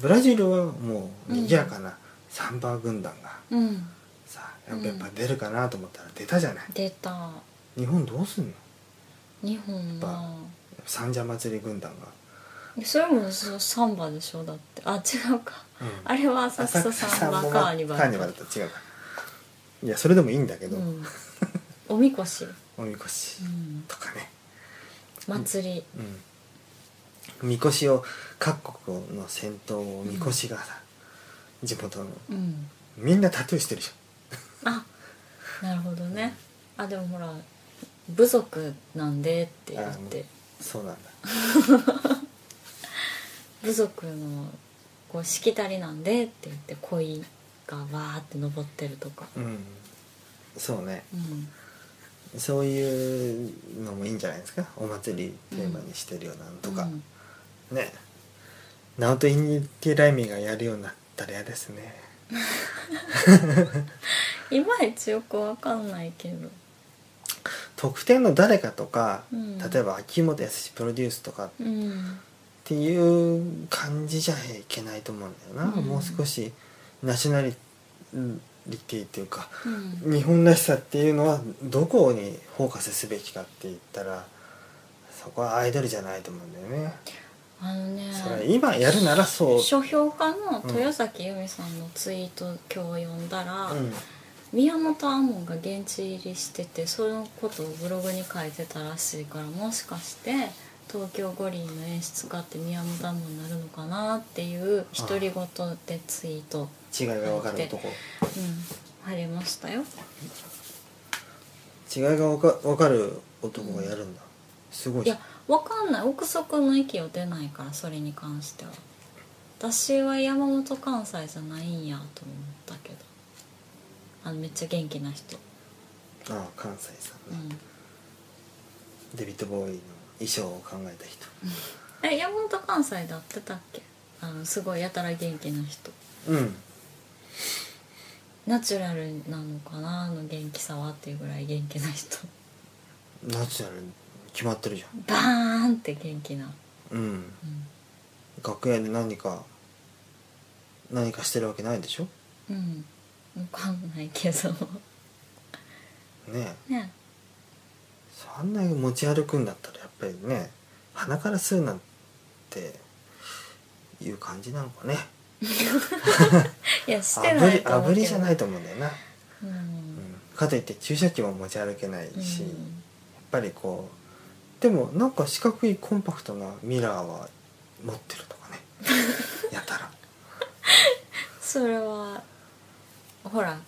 Speaker 2: ブラジルはもう賑やかなサンバ軍団が
Speaker 1: うん
Speaker 2: さやっぱやっぱ出るかなと思ったら出たじゃない、
Speaker 1: 出た
Speaker 2: 日本どうすんの
Speaker 1: 日本は
Speaker 2: 三社祭り軍団が、
Speaker 1: それもそうサンバでしょだってあ違うか
Speaker 2: うん
Speaker 1: あれは浅草サンバカーニバル
Speaker 2: カーニバルと違うかいやそれでもいいんだけど、
Speaker 1: うん、おみこし、
Speaker 2: おみこし
Speaker 1: うん、
Speaker 2: とかね
Speaker 1: 祭り
Speaker 2: うんみこしを各国の戦闘をみこしがさ、地元の
Speaker 1: うん
Speaker 2: みんなタトゥーしてるじ
Speaker 1: あなるほどねあでもほら部族なんでって言っ
Speaker 2: あも
Speaker 1: て
Speaker 2: ゃんそうなんだ
Speaker 1: 部族のこうしきたりなんでって言って鯉がわーって登ってるとか
Speaker 2: うんそうね
Speaker 1: うん
Speaker 2: そういうのもいいんじゃないですかお祭りテーマにしてるようなのとか、
Speaker 1: うん
Speaker 2: ねナオト・インティライミがやるようになったら嫌ですね
Speaker 1: いまいちよくわかんないけど
Speaker 2: 特定の誰かとか、
Speaker 1: うん
Speaker 2: 例えば秋元康プロデュースとかっ
Speaker 1: うん
Speaker 2: ていう感じじゃいけないと思うんだよな、
Speaker 1: うん
Speaker 2: もう少しナショナリティっていうか
Speaker 1: うん
Speaker 2: 日本らしさっていうのはどこにフォーカスすべきかって言ったらそこはアイドルじゃないと思うんだよね、
Speaker 1: あのね
Speaker 2: それは今やるならそう、
Speaker 1: 書評家の豊崎由美さんのツイート今日読んだら、
Speaker 2: うん、
Speaker 1: 宮本亞門が現地入りしててそのことをブログに書いてたらしいからもしかして東京五輪の演出家って宮本亞門になるのかなっていう独り言でツイート、
Speaker 2: 違いが分かる男
Speaker 1: うん、ありましたよ
Speaker 2: 違いが分か分かる男がやるんだ、すごい
Speaker 1: いやわかんない憶測の域を出ないからそれに関しては私は山本関西じゃないんやと思ったけどあのめっちゃ元気な人
Speaker 2: ああ関西さん
Speaker 1: う
Speaker 2: ね、
Speaker 1: ん
Speaker 2: デビッド・ボーイの衣装を考えた人
Speaker 1: え山本関西だってたっけあのすごいやたら元気な人
Speaker 2: うん
Speaker 1: ナチュラルなのかなあの元気さはっていうぐらい元気な人
Speaker 2: ナチュラルに決まってるじ
Speaker 1: バーンって元気な、
Speaker 2: ゃんうん
Speaker 1: う
Speaker 2: 楽屋で何か何かしてるわけないでしょ
Speaker 1: ん、うん、分かんないけど
Speaker 2: ねえ
Speaker 1: ね
Speaker 2: そんなに持ち歩くんだったらやっぱりね鼻から吸うなんていう感じなのかね
Speaker 1: いやして
Speaker 2: 炙
Speaker 1: な
Speaker 2: り
Speaker 1: いと思う
Speaker 2: 炙
Speaker 1: けど
Speaker 2: りじゃないと思うんだよな、
Speaker 1: うん、
Speaker 2: うん、かといって注射器も持ち歩けないし、
Speaker 1: うん
Speaker 2: やっぱりこうでもなんか四角いコンパクトなミラーは持ってる とかねやたら
Speaker 1: それはほら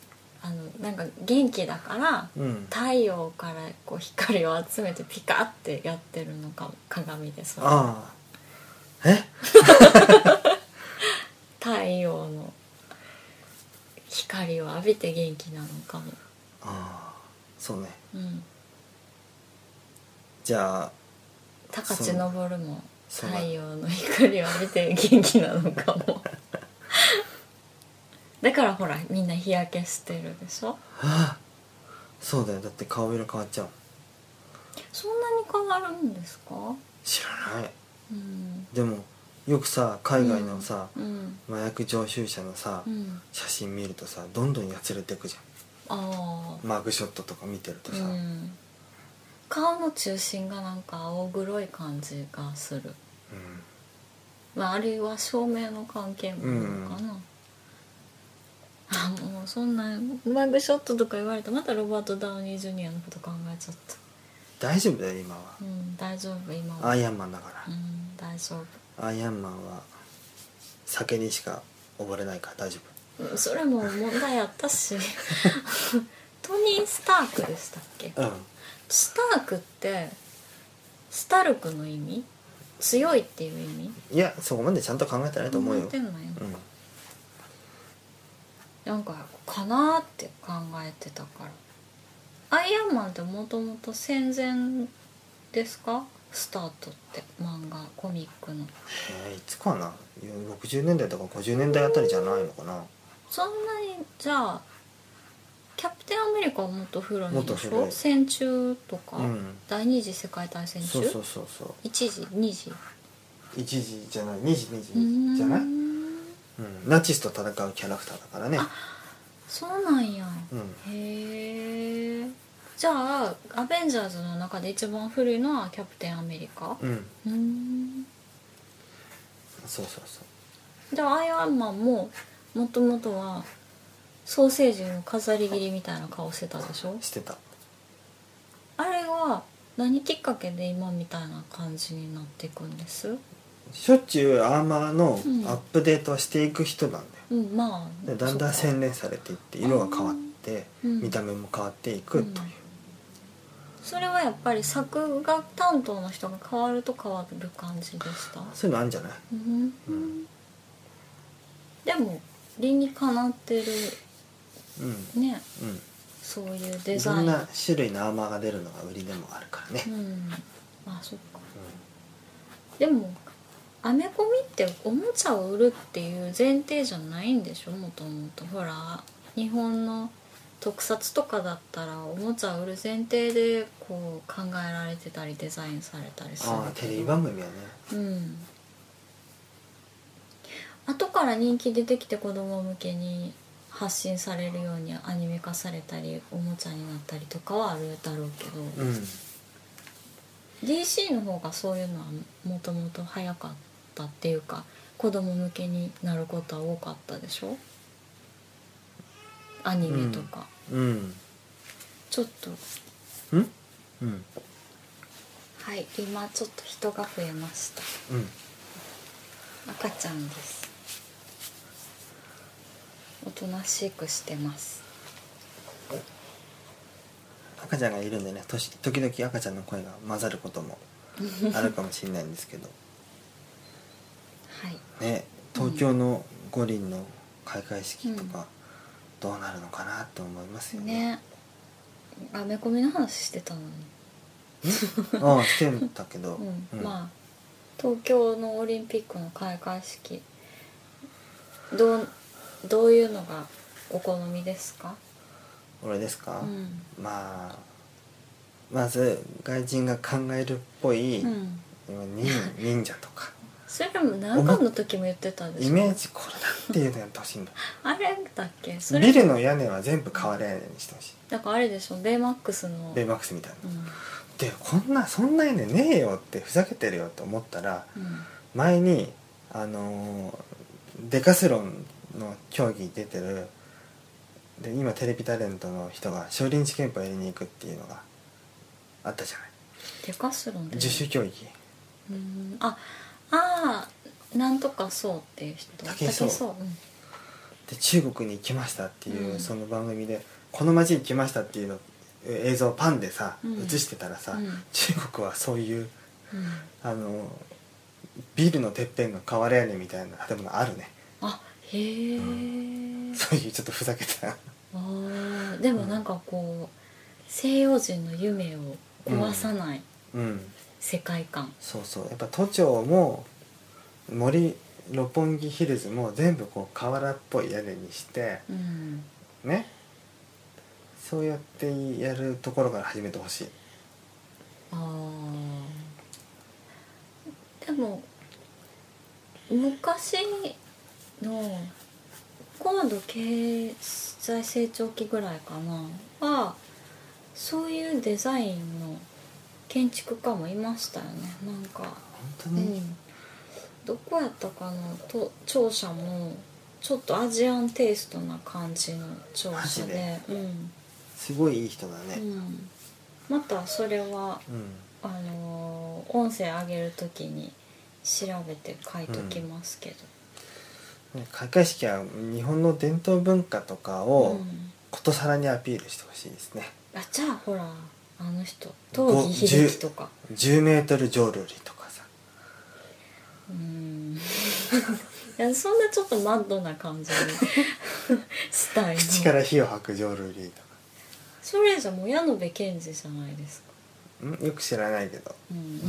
Speaker 1: あのなんか元気だから
Speaker 2: うん
Speaker 1: 太陽からこう光を集めてピカってやってるのかも鏡でそれ
Speaker 2: ああえ
Speaker 1: 太陽の光を浴びて元気なのかも、
Speaker 2: ああそうね
Speaker 1: うん、
Speaker 2: じゃあ
Speaker 1: 高知昇も
Speaker 2: そう
Speaker 1: 太陽の光を浴びて元気なのか もだからほらみんな日焼けしてるでしょ
Speaker 2: ああそうだよだって顔色変わっちゃうもん
Speaker 1: そんなに変わるんですか
Speaker 2: 知らない
Speaker 1: うん
Speaker 2: でもよくさ海外のさ、
Speaker 1: うん
Speaker 2: 麻薬常習者のさ、
Speaker 1: うん
Speaker 2: 写真見るとさどんどんやつれてくじ
Speaker 1: あ
Speaker 2: ゃんマグショットとか見てると
Speaker 1: あう
Speaker 2: さ、うん
Speaker 1: ん顔の中心がなんか青黒い感じがする、まあ、あるいは照明の関係もあるのかな、あもうそんなマグショットとか言われたらまたロバート・ダウニー・ジュニアのこと考えちゃった
Speaker 2: 大丈夫だよ今は
Speaker 1: うん大丈夫今は
Speaker 2: アイアンマンだか
Speaker 1: うん大丈
Speaker 2: らアイアンマンは酒にしか溺れないから大丈
Speaker 1: 夫うんそれも問題あった しトニー・スタークでしたっけ
Speaker 2: 夫うん
Speaker 1: スタークってスタルクの意味強いっていう意味
Speaker 2: いやそこまでちゃんと考えてないと思うよ
Speaker 1: 考えてんのよ
Speaker 2: うん
Speaker 1: なんかかなーって考えてたからアイアンマンってもともと戦前ですかスタートって漫画コミックの
Speaker 2: えーいつかないや60年代とか50年代あたりじゃないのかな
Speaker 1: そんなにじゃあキャプテンアメリカはもっと古いん
Speaker 2: も
Speaker 1: で
Speaker 2: っと
Speaker 1: し
Speaker 2: 古
Speaker 1: ょ
Speaker 2: い
Speaker 1: 戦中とか、
Speaker 2: うん
Speaker 1: 第二次世界大戦中
Speaker 2: そうそうそうそう
Speaker 1: 一時二時
Speaker 2: 1時じゃない2時
Speaker 1: うーん
Speaker 2: 2時じゃないうん、ナチスと戦うキャラクターだからね
Speaker 1: そうなんや
Speaker 2: うん
Speaker 1: へえじゃあアベンジャーズの中で一番古いのはキャプテンアメリカ
Speaker 2: うん
Speaker 1: うーん
Speaker 2: そうそうそう
Speaker 1: じゃあアイアンマンももともとはソーセージの飾り切りみたいな顔してたでしょ
Speaker 2: してた
Speaker 1: あれは何きっかけで今みたいな感じになっていくんです
Speaker 2: しょっちゅうアーマーの
Speaker 1: うん
Speaker 2: アップデートはしていく人なんだよ、
Speaker 1: うんまあ
Speaker 2: でだん
Speaker 1: そっ
Speaker 2: だん
Speaker 1: か
Speaker 2: 洗練されていって色が変わって、
Speaker 1: うん
Speaker 2: 見た目も変わっていくという、
Speaker 1: それはやっぱり作画担当の人が変わると変わる感じでした
Speaker 2: そういうのあるんじゃない
Speaker 1: うん
Speaker 2: うん
Speaker 1: でも理にかなってる
Speaker 2: うん
Speaker 1: ね
Speaker 2: うん
Speaker 1: そういう
Speaker 2: い
Speaker 1: デザ
Speaker 2: ろ
Speaker 1: イン
Speaker 2: んな種類のアーマーが出るのが売りでもあるからね、
Speaker 1: うんまあそっかでもアメコミっておもちゃを売るっていう前提じゃないんでしょもともとほら日本の特撮とかだったらおもちゃを売る前提でこう考えられてたりデザインされたりする
Speaker 2: ああテレビ
Speaker 1: 版
Speaker 2: 番組はね
Speaker 1: うん後から人気出てきて子供向けに発信されるようにアニメ化されたりおもちゃになったりとかはあるだろうけど、
Speaker 2: うん、
Speaker 1: DC の方がそういうのはもともと早かったっていうか子供向けになることは多かったでしょアニメとか、
Speaker 2: うん
Speaker 1: ちょっと
Speaker 2: うんうん
Speaker 1: はい今ちょっと人が増えました
Speaker 2: うん
Speaker 1: 赤ちゃんですおとなしくしてます
Speaker 2: 赤ちゃんがいるんでねとし時々赤ちゃんの声が混ざることもあるかもしれないんですけ ど
Speaker 1: はい
Speaker 2: ね東京の五輪の開会式とか、どうなるのかなと思いますよね
Speaker 1: ねアメコミの話してたのに、
Speaker 2: ああしてんだけど、
Speaker 1: うん
Speaker 2: うん
Speaker 1: まあ東京のオリンピックの開会式どうどういうのがお好みですか、
Speaker 2: 俺ですか、
Speaker 1: うん
Speaker 2: まあまず外人が考えるっぽい、
Speaker 1: うん、
Speaker 2: 今忍忍者とか
Speaker 1: それも何かの時も言ってたで
Speaker 2: イ
Speaker 1: しょ
Speaker 2: メージこれだっていうのやってほしいんだ
Speaker 1: あれだっけ そ
Speaker 2: ビ
Speaker 1: れ
Speaker 2: ルの屋根は全部瓦屋根にしてほしい
Speaker 1: だからあれでしょベイマックスの、
Speaker 2: ベイマックスみたいな
Speaker 1: うん
Speaker 2: でこんなそんな屋根ねえよってふざけてるよって思ったら
Speaker 1: うん
Speaker 2: 前にあのーデカスロンの競技に出てるで今テレビタレントの人が少林寺拳法やりに行くっていうのがあったじゃな
Speaker 1: デカスロン
Speaker 2: い
Speaker 1: で
Speaker 2: 十種競技
Speaker 1: うんああーなんとかそうっていう人
Speaker 2: 武井壮
Speaker 1: 壮
Speaker 2: で中国に行きましたっていう
Speaker 1: うん
Speaker 2: その番組でこの街行きましたっていうの映像をパンでさ
Speaker 1: うん
Speaker 2: 映してたらさ
Speaker 1: うん
Speaker 2: 中国はそういう
Speaker 1: うんうん
Speaker 2: あのービルのてっぺんが瓦屋根みたいな建物あるね
Speaker 1: あへえ、
Speaker 2: そういうちょっとふざけ た
Speaker 1: あーでもなんかこう、西洋人の夢を壊さない
Speaker 2: うん
Speaker 1: 世界観、
Speaker 2: そうそうやっぱ都庁も森六本木ヒルズも全部こう瓦っぽい屋根にして
Speaker 1: うん
Speaker 2: ねそうやってやるところから始めてほしい
Speaker 1: ああでも昔の高度経済成長期ぐらいかなはそういうデザインの建築家もいましたよねなんか
Speaker 2: 本当
Speaker 1: う
Speaker 2: に、
Speaker 1: ん、どこやったかなと庁舎もちょっとアジアンテイストな感じの聴
Speaker 2: マ
Speaker 1: 者
Speaker 2: ジ
Speaker 1: で
Speaker 2: で
Speaker 1: うん
Speaker 2: すごいいい人だ
Speaker 1: う
Speaker 2: ね
Speaker 1: ん、またそれは
Speaker 2: うん、
Speaker 1: あのー音声上げるときに調べて書いときますけど、
Speaker 2: 開会式は日本の伝統文化とか
Speaker 1: う
Speaker 2: を
Speaker 1: ん
Speaker 2: ことさらにアピールしてほしいですね
Speaker 1: あじゃあほらあの人東儀秀樹とか
Speaker 2: 10メートル浄瑠璃とかさ
Speaker 1: うん いやそんなちょっとマッドな感じにしたい
Speaker 2: 口か
Speaker 1: の
Speaker 2: ら火を吐く浄瑠璃と
Speaker 1: それじゃもう矢野部賢治じゃないですか、
Speaker 2: かんよく知らないけど
Speaker 1: うん、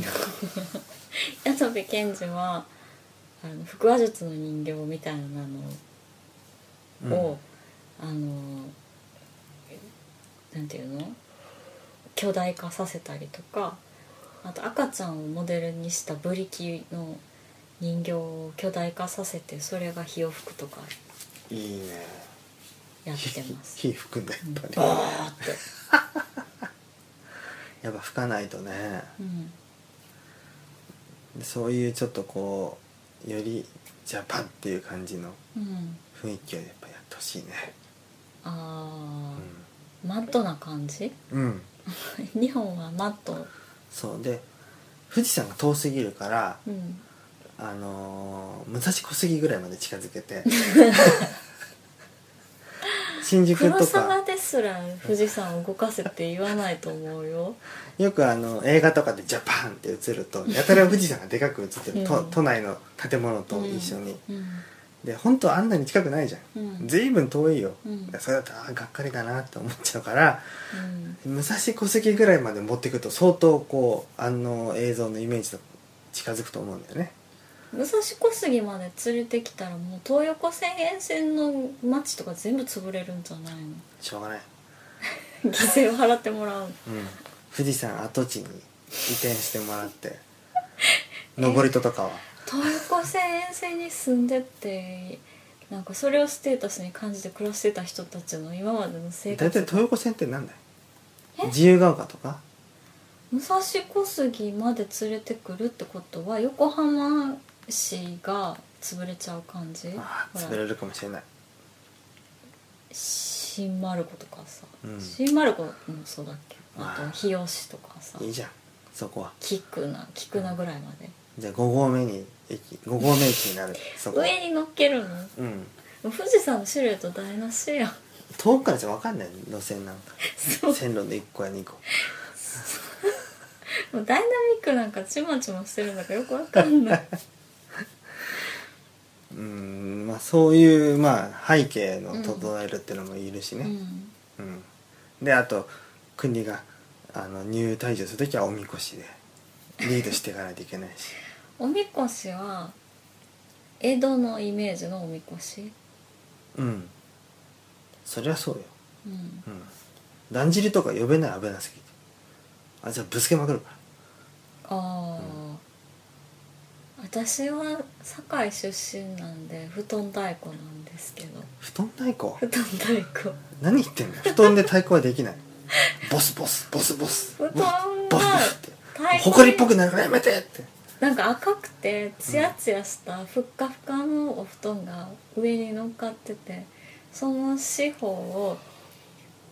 Speaker 1: 矢野部賢治はあの腹話術の人形みたいなのを
Speaker 2: うん
Speaker 1: を、あのなんていうの巨大化させたりとかあと赤ちゃんをモデルにしたブリキの人形を巨大化させてそれが火を吹くとか
Speaker 2: いいね
Speaker 1: やっ
Speaker 2: 火
Speaker 1: てます。
Speaker 2: 火吹くんだや
Speaker 1: うん
Speaker 2: っぱり、
Speaker 1: バーって、
Speaker 2: やっぱ吹かないとね
Speaker 1: うん、
Speaker 2: そういうちょっとこうよりジャパンっていう感じの
Speaker 1: うん、
Speaker 2: 雰囲気をやっぱやってほしいね
Speaker 1: あーマットな感じ
Speaker 2: うん、うん、
Speaker 1: 日本はマット、
Speaker 2: そうで富士山が遠すぎるから
Speaker 1: うん、
Speaker 2: あのー武蔵小杉ぐらいまで近づ けて新宿
Speaker 1: 黒
Speaker 2: とか
Speaker 1: 沢ですら富士山を動かせって言わないと思うよ。
Speaker 2: よくあの映画とかでジャパンって映るとやたら富士山がでかく映ってる、と
Speaker 1: うん
Speaker 2: 都内の建物と一緒に、
Speaker 1: うん
Speaker 2: で本当はあんなに近くないじゃ
Speaker 1: うんん
Speaker 2: 随分遠いよ、
Speaker 1: うん
Speaker 2: それだとあーがっかりだなって思っちゃうから
Speaker 1: うん
Speaker 2: 武蔵小関ぐらいまで持っていくと相当こうあの映像のイメージと近づくと思うんだよね
Speaker 1: 武蔵小杉まで連れてきたらもう東横線沿線の町とか全部潰れるんじゃないの
Speaker 2: しょうがない、
Speaker 1: 犠牲を払ってもらう
Speaker 2: うん、富士山跡地に移転してもらって 登戸とかは
Speaker 1: 東横線沿線に住んでってなんかそれをステータスに感じて暮らしてた人たちの今までの生
Speaker 2: 大
Speaker 1: 活
Speaker 2: 体豊横線ってなんだよ
Speaker 1: え
Speaker 2: 自由が丘とか
Speaker 1: 武蔵小杉まで連れてくるってことは横浜市が潰れちゃう感じほ
Speaker 2: ああ
Speaker 1: ら
Speaker 2: 潰れるかもしれない
Speaker 1: 新丸子とかさ、
Speaker 2: うん
Speaker 1: 新丸子もそうだっけあ
Speaker 2: あ
Speaker 1: と日吉とかさ
Speaker 2: いいじゃんそこは
Speaker 1: キックなキクなぐらいまで、
Speaker 2: じゃあ5合目に駅5合目駅 になるそこ
Speaker 1: 上に乗っけるのも
Speaker 2: うん
Speaker 1: う富士山のシルエット台無しやん
Speaker 2: 遠くからじゃ分かんない路線なんか
Speaker 1: そう
Speaker 2: 線路で1個や2個
Speaker 1: もうダイナミックなんかちまちましてるんだからよくわかんない
Speaker 2: うんまあそういう、まあ、背景の整えるっていうのもいるし
Speaker 1: う
Speaker 2: ね、
Speaker 1: ん
Speaker 2: うんであと国があの入退場する時はおみこしでリードしていかないといけない し
Speaker 1: おみこしは江戸のイメージのおみこし、
Speaker 2: うんそりゃそうよ、
Speaker 1: うん、
Speaker 2: うん、だんじりとか呼べない危なすぎてあじゃあぶつけまくるから
Speaker 1: ああ、私は堺出身なんで布団太鼓なんですけど
Speaker 2: 布団太
Speaker 1: 布
Speaker 2: 鼓
Speaker 1: 団太鼓
Speaker 2: 何言ってんの布団で太鼓はで きないボスボスボスボス
Speaker 1: 布団は
Speaker 2: ボスボスって
Speaker 1: 太鼓
Speaker 2: ほこりっぽくなるからやめてって
Speaker 1: なんか赤くてツヤツヤしたふっかふかのお布団が上に乗っかっててその四方を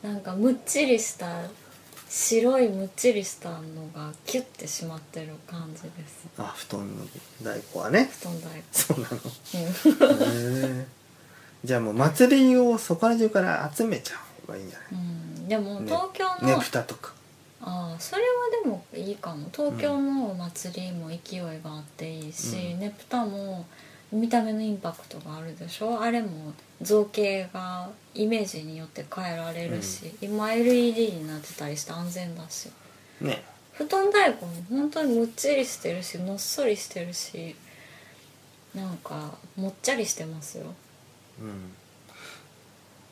Speaker 1: なんかむっちりした白いむっちりしたのがキュッてしまってる感じです
Speaker 2: あ布団の太鼓はね
Speaker 1: 布団台
Speaker 2: そうなの
Speaker 1: うん
Speaker 2: へえじゃあもう祭りをそこら中から集めちゃえばいいんじゃ
Speaker 1: うんでも
Speaker 2: ない、ね、
Speaker 1: 東京
Speaker 2: ね
Speaker 1: の、
Speaker 2: 蓋とか
Speaker 1: ああそれはでもいいかも東京のお祭りも勢いがあっていいし、
Speaker 2: うん
Speaker 1: ねぷたも見た目のインパクトがあるでしょあれも造形がイメージによって変えられるし、今 LED になってたりして安全だし
Speaker 2: ね
Speaker 1: 布団太鼓も本当にむっちりしてるしのっそりしてるしなんかもっちゃりしてますよ
Speaker 2: うん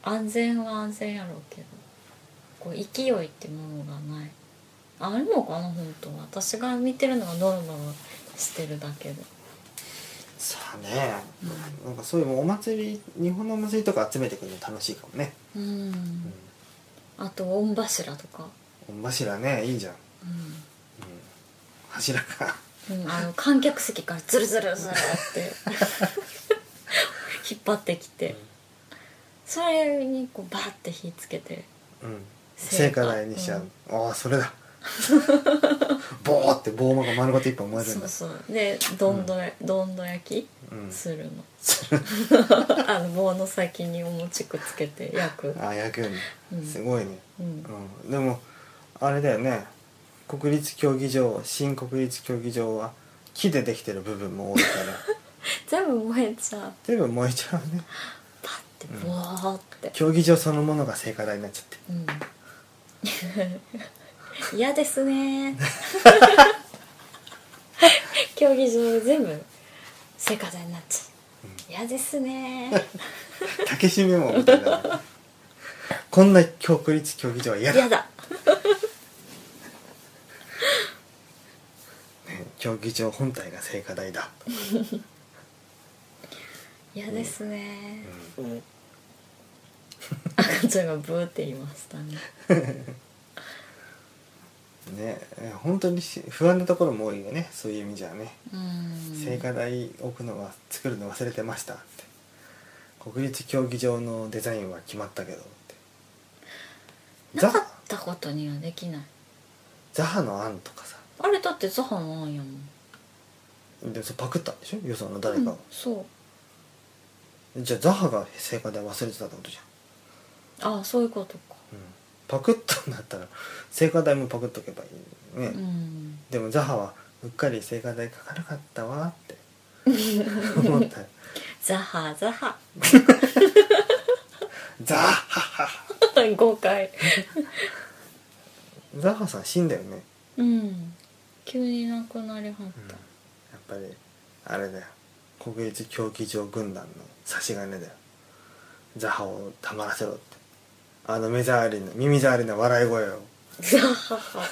Speaker 1: 安全は安全やろうけどこう勢いってものがないあるのかな本当は私が見てるのがノロノロしてるだけで
Speaker 2: さあね、なんかそういうお祭り日本のお祭りとか集めてくるの楽しいかもね、
Speaker 1: うん、
Speaker 2: うん、
Speaker 1: あと御柱とか
Speaker 2: 御柱ねいいじゃん、うん、柱か
Speaker 1: うん、うん、あの観客席からズルズルズルって 引っ張ってきて、それにこうバーって火つけて
Speaker 2: うん
Speaker 1: 聖
Speaker 2: 聖
Speaker 1: 火
Speaker 2: 火台にしちゃう、ああそ れだボーって棒が丸ごと一本燃えるん
Speaker 1: そ
Speaker 2: だ
Speaker 1: うそうでどんどや、どんど焼
Speaker 2: うん
Speaker 1: きするの あの棒の先にお餅くっつけて焼く
Speaker 2: ああ焼くよね、
Speaker 1: うん
Speaker 2: すごいね、
Speaker 1: うん
Speaker 2: うん、でもあれだよね国立競技場新国立競技場は木でできてる部分も多いから
Speaker 1: 全部燃えちゃう
Speaker 2: 全部燃えちゃうね
Speaker 1: パッてボーって
Speaker 2: 競技場そのものが聖火台になっちゃって
Speaker 1: うん嫌、です ね競技場全部聖火台になっちゃう嫌です ね
Speaker 2: 竹締めもみたいなこんな国立競技場は嫌だ
Speaker 1: 嫌だ
Speaker 2: 競技場本体が聖火台だ、
Speaker 1: 嫌ですね、
Speaker 2: うん
Speaker 1: 赤ちゃんがブーって言いましたね
Speaker 2: ねえ本当にし不安なところも多いよねそういう意味じゃね、
Speaker 1: うん
Speaker 2: 聖火台置くのは作るの忘れてましたって国立競技場のデザインは決まったけどってザ
Speaker 1: なかったことにはできない
Speaker 2: ザハの案とかさ
Speaker 1: あれだってザハの案やもん、
Speaker 2: でもそれパクったんでしょ予算の誰
Speaker 1: う
Speaker 2: か
Speaker 1: ん、そう
Speaker 2: じゃあザハが聖火台忘れてたってことじゃん
Speaker 1: ああそういうことか
Speaker 2: パクったんだったら聖火台もパクっとけばいいね、
Speaker 1: うん
Speaker 2: でもザハはうっかり聖火台書かなかったわ って思った
Speaker 1: ザハザハ
Speaker 2: ザハ
Speaker 1: 5回
Speaker 2: ザハさん死んだよね、
Speaker 1: うん急になくなりはっ
Speaker 2: や
Speaker 1: た
Speaker 2: っ、ぱりあれだよ国立競技場軍団の差し金だよザハをたまらせろってあの目障りな耳障りな笑い声を
Speaker 1: ザハハっ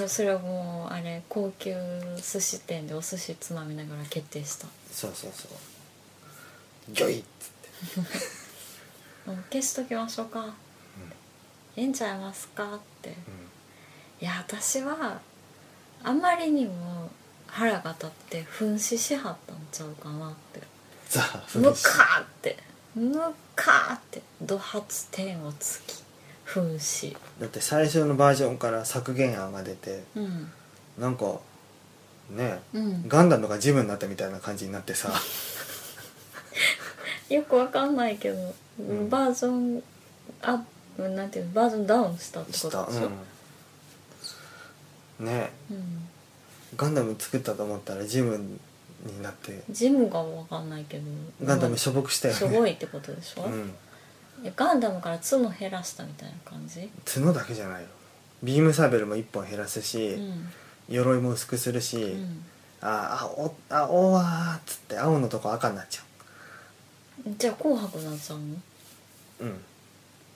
Speaker 1: てそれはもうあれ高級寿司店でお寿司つまみながら決定した
Speaker 2: そうそうそうギョイッつって
Speaker 1: もう消しときましょうか、ええんちゃいますかっていや私はあまりにも腹が立って噴死しはったんちゃうかなって
Speaker 2: ザハ
Speaker 1: ムカーってムカーって怒発天をつき噴死
Speaker 2: だって最初のバージョンから削減案が出て
Speaker 1: うん
Speaker 2: なんかね
Speaker 1: うん
Speaker 2: ガンダムがジムになったみたいな感じになってさ
Speaker 1: よくわかんないけど、
Speaker 2: うん
Speaker 1: バージョンアップなんていうのバージョンダウンしたって
Speaker 2: し
Speaker 1: こ
Speaker 2: た
Speaker 1: と
Speaker 2: う
Speaker 1: でしょ、
Speaker 2: んね
Speaker 1: うん
Speaker 2: ガンダム作ったと思ったらジムになって
Speaker 1: ジムがわかんないけど
Speaker 2: ガンダムしょぼくしたよね
Speaker 1: すごいってことでしょ、
Speaker 2: うん、
Speaker 1: えガンダムから角減らしたみたいな感じ、
Speaker 2: 角だけじゃないよビームサーベルも1本減らすし、
Speaker 1: うん
Speaker 2: 鎧も薄くするし、
Speaker 1: うん
Speaker 2: あ青あおわーっつって青のとこ赤になっちゃ
Speaker 1: じゃあ紅白なんちゃうの
Speaker 2: ううん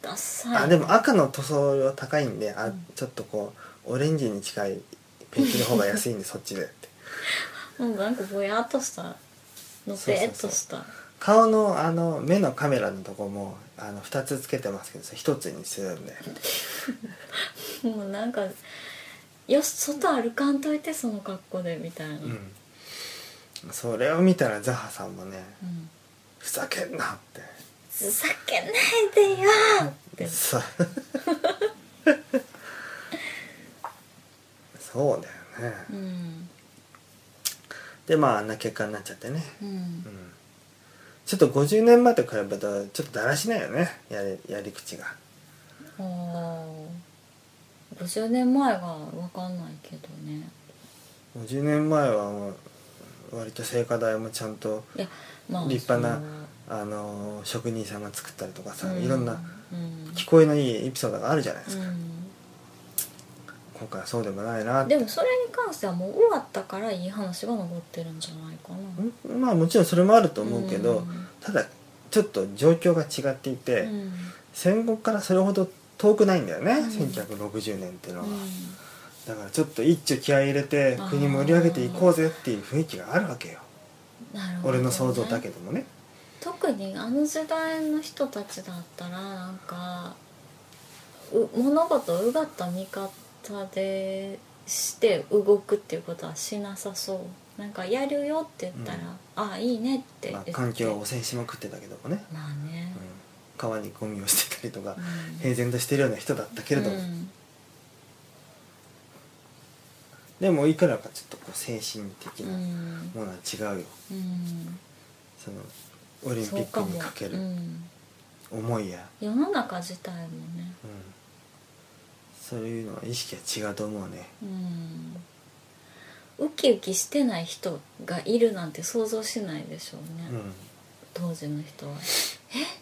Speaker 1: ダッサい
Speaker 2: あでも赤の塗装量高いんであ、
Speaker 1: うん
Speaker 2: ちょっとこうオレンジに近いペンキの方が 安いんでそっちでって
Speaker 1: もうなんかぼやっとしたの
Speaker 2: そうそうそう
Speaker 1: べーっとした
Speaker 2: 顔のあの目のカメラのとこもあの2つつけてますけどそれ1つにするんで
Speaker 1: もうなんかよし外歩かんといてその格好でみたいな、
Speaker 2: うんそれを見たらザハさんもね
Speaker 1: うん
Speaker 2: 「ふざけんな」って
Speaker 1: ふざけないでよーって
Speaker 2: そう そうだよね、
Speaker 1: うん
Speaker 2: でまああんな結果になっちゃってね
Speaker 1: うん
Speaker 2: うんちょっと50年前と比べるとちょっとだらしないよねやりやり口が
Speaker 1: おー50年前は分かんないけどね
Speaker 2: 50年前はもう割と聖火台もちゃんと
Speaker 1: いやまあ
Speaker 2: 立派な
Speaker 1: その
Speaker 2: あのー職人さんが作ったりとかさ、
Speaker 1: うん
Speaker 2: いろんな
Speaker 1: うん
Speaker 2: 聞こえのいいエピソードがあるじゃないですか、
Speaker 1: う
Speaker 2: 今回はそうでもないなっ
Speaker 1: ん、
Speaker 2: て
Speaker 1: でもそれに関してはもう終わったからいい話が残ってるんじゃないかな
Speaker 2: うんまあもちろんそれもあると思うけど、
Speaker 1: ん
Speaker 2: ただちょっと状況が違っていて、
Speaker 1: うん
Speaker 2: 戦後からそれほど遠くないんだよね、
Speaker 1: うん
Speaker 2: 1960年っていうのは、
Speaker 1: うん
Speaker 2: だからちょっと一丁気合い入れて
Speaker 1: あー
Speaker 2: 国盛り上げていこうぜっていう雰囲気があるわけよ
Speaker 1: なるほどね
Speaker 2: 俺の想像だけどもね
Speaker 1: 特にあの時代の人たちだったらなんかう物事をうがった見方でして動くっていうことはしなさそうなんかやるよって言ったら「ああいいね」って言
Speaker 2: ま
Speaker 1: っ
Speaker 2: あ、
Speaker 1: て、
Speaker 2: 環境を汚染しまくってたけどもね、
Speaker 1: まあ
Speaker 2: う
Speaker 1: ね
Speaker 2: ん、、川にゴミを捨てたりとか
Speaker 1: うん
Speaker 2: 平然としてるような人だったけれども、
Speaker 1: うん
Speaker 2: でもいくらかちょっとこう精神的
Speaker 1: う
Speaker 2: なんものは違うよ、
Speaker 1: うん
Speaker 2: そのオリンピ
Speaker 1: そう
Speaker 2: ック
Speaker 1: かも
Speaker 2: にかけ
Speaker 1: う
Speaker 2: る
Speaker 1: ん、
Speaker 2: 思いや、
Speaker 1: 世の中自体もね、
Speaker 2: うんそういうのは意識は違うと思うね
Speaker 1: うん、ウキウキしてない人がいるなんて想像しないでしょうね、
Speaker 2: うん
Speaker 1: 当時の人は「え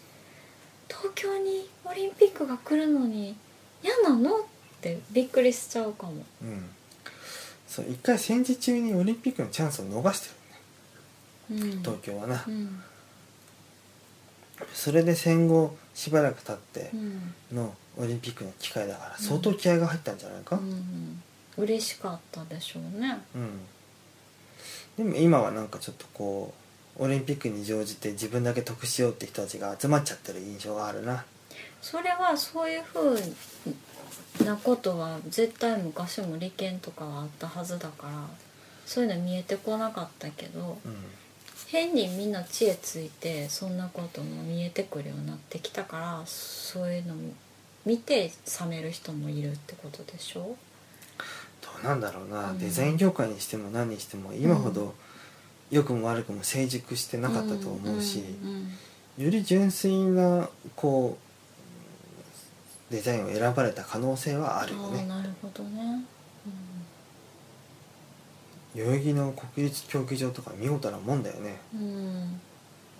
Speaker 1: 東京にオリンピックが来るのに嫌なの?」ってびっくりしちゃうかも
Speaker 2: うんそう一回戦時中にオリンピックのチャンスを逃してるね
Speaker 1: うん
Speaker 2: 東京はな、
Speaker 1: うん
Speaker 2: それで戦後しばらく経って
Speaker 1: うん
Speaker 2: のオリンピックの機会だから相当気合が入ったんじゃないうか
Speaker 1: ん嬉しかったでしょうね
Speaker 2: うん、でも今はなんかちょっとこうオリンピックに乗じて自分だけ得しようって人たちが集まっちゃってる印象があるな
Speaker 1: それはそういうふうなことは絶対昔も利権とかはあったはずだからそういうの見えてこなかったけど
Speaker 2: うん
Speaker 1: 変にみんな知恵ついてそんなことも見えてくるようになってきたからそういうのも見て冷める人もいるってことでしょ
Speaker 2: どうなんだろうな、
Speaker 1: うん
Speaker 2: デザイン業界にしても何にしても今ほど良くも悪くも成熟してなかったと思うし、
Speaker 1: んうん
Speaker 2: より純粋なこうデザインを選ばれた可能性はあるよ
Speaker 1: あー
Speaker 2: ね
Speaker 1: なるほどね、
Speaker 2: 代々木の国立競技場とか見事なもんだよね、
Speaker 1: うんうん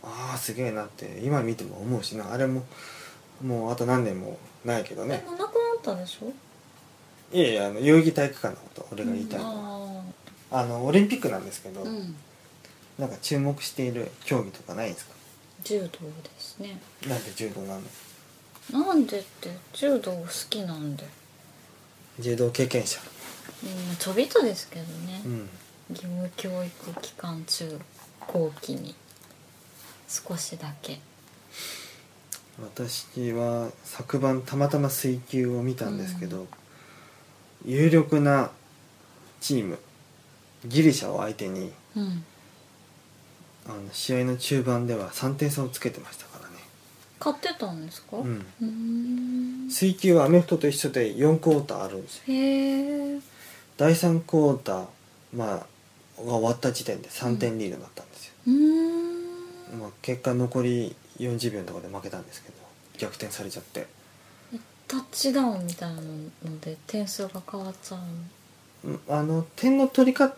Speaker 2: ああすげえなって今見ても思うしなあれももうあと何年もないけど
Speaker 1: で
Speaker 2: ね
Speaker 1: もなくなったでしょ
Speaker 2: いやいやあの代々木体育館のこと俺が言いたいのは、
Speaker 1: あ
Speaker 2: あのオリンピックなんですけ
Speaker 1: ー
Speaker 2: ど、
Speaker 1: うん
Speaker 2: なんか注目している競技とかないんですか
Speaker 1: 柔道ですね
Speaker 2: なんで柔道なの
Speaker 1: なんでって柔道好きなんで、
Speaker 2: 柔道経験者
Speaker 1: うん、ちょびっとですけどね、
Speaker 2: うん
Speaker 1: 義務教育期間中後期に少しだけ
Speaker 2: 私は昨晩たまたま水球を見たんですけど、有力なチームギリシャを相手に
Speaker 1: うん
Speaker 2: あの試合の中盤では3点差をつけてましたからね
Speaker 1: 買ってたんですか
Speaker 2: う
Speaker 1: うんーん
Speaker 2: 水球はアメフトと一緒で4クォーターあるんですよ
Speaker 1: へえ
Speaker 2: 第3クォーター、まあ、が終わった時点で3点リードだったんですよ、
Speaker 1: うーん
Speaker 2: まあ、結果残り40秒のところで負けたんですけど逆転されちゃって
Speaker 1: タッチダウンみたいなので点数が変わっちゃうの
Speaker 2: うんあの点の取り方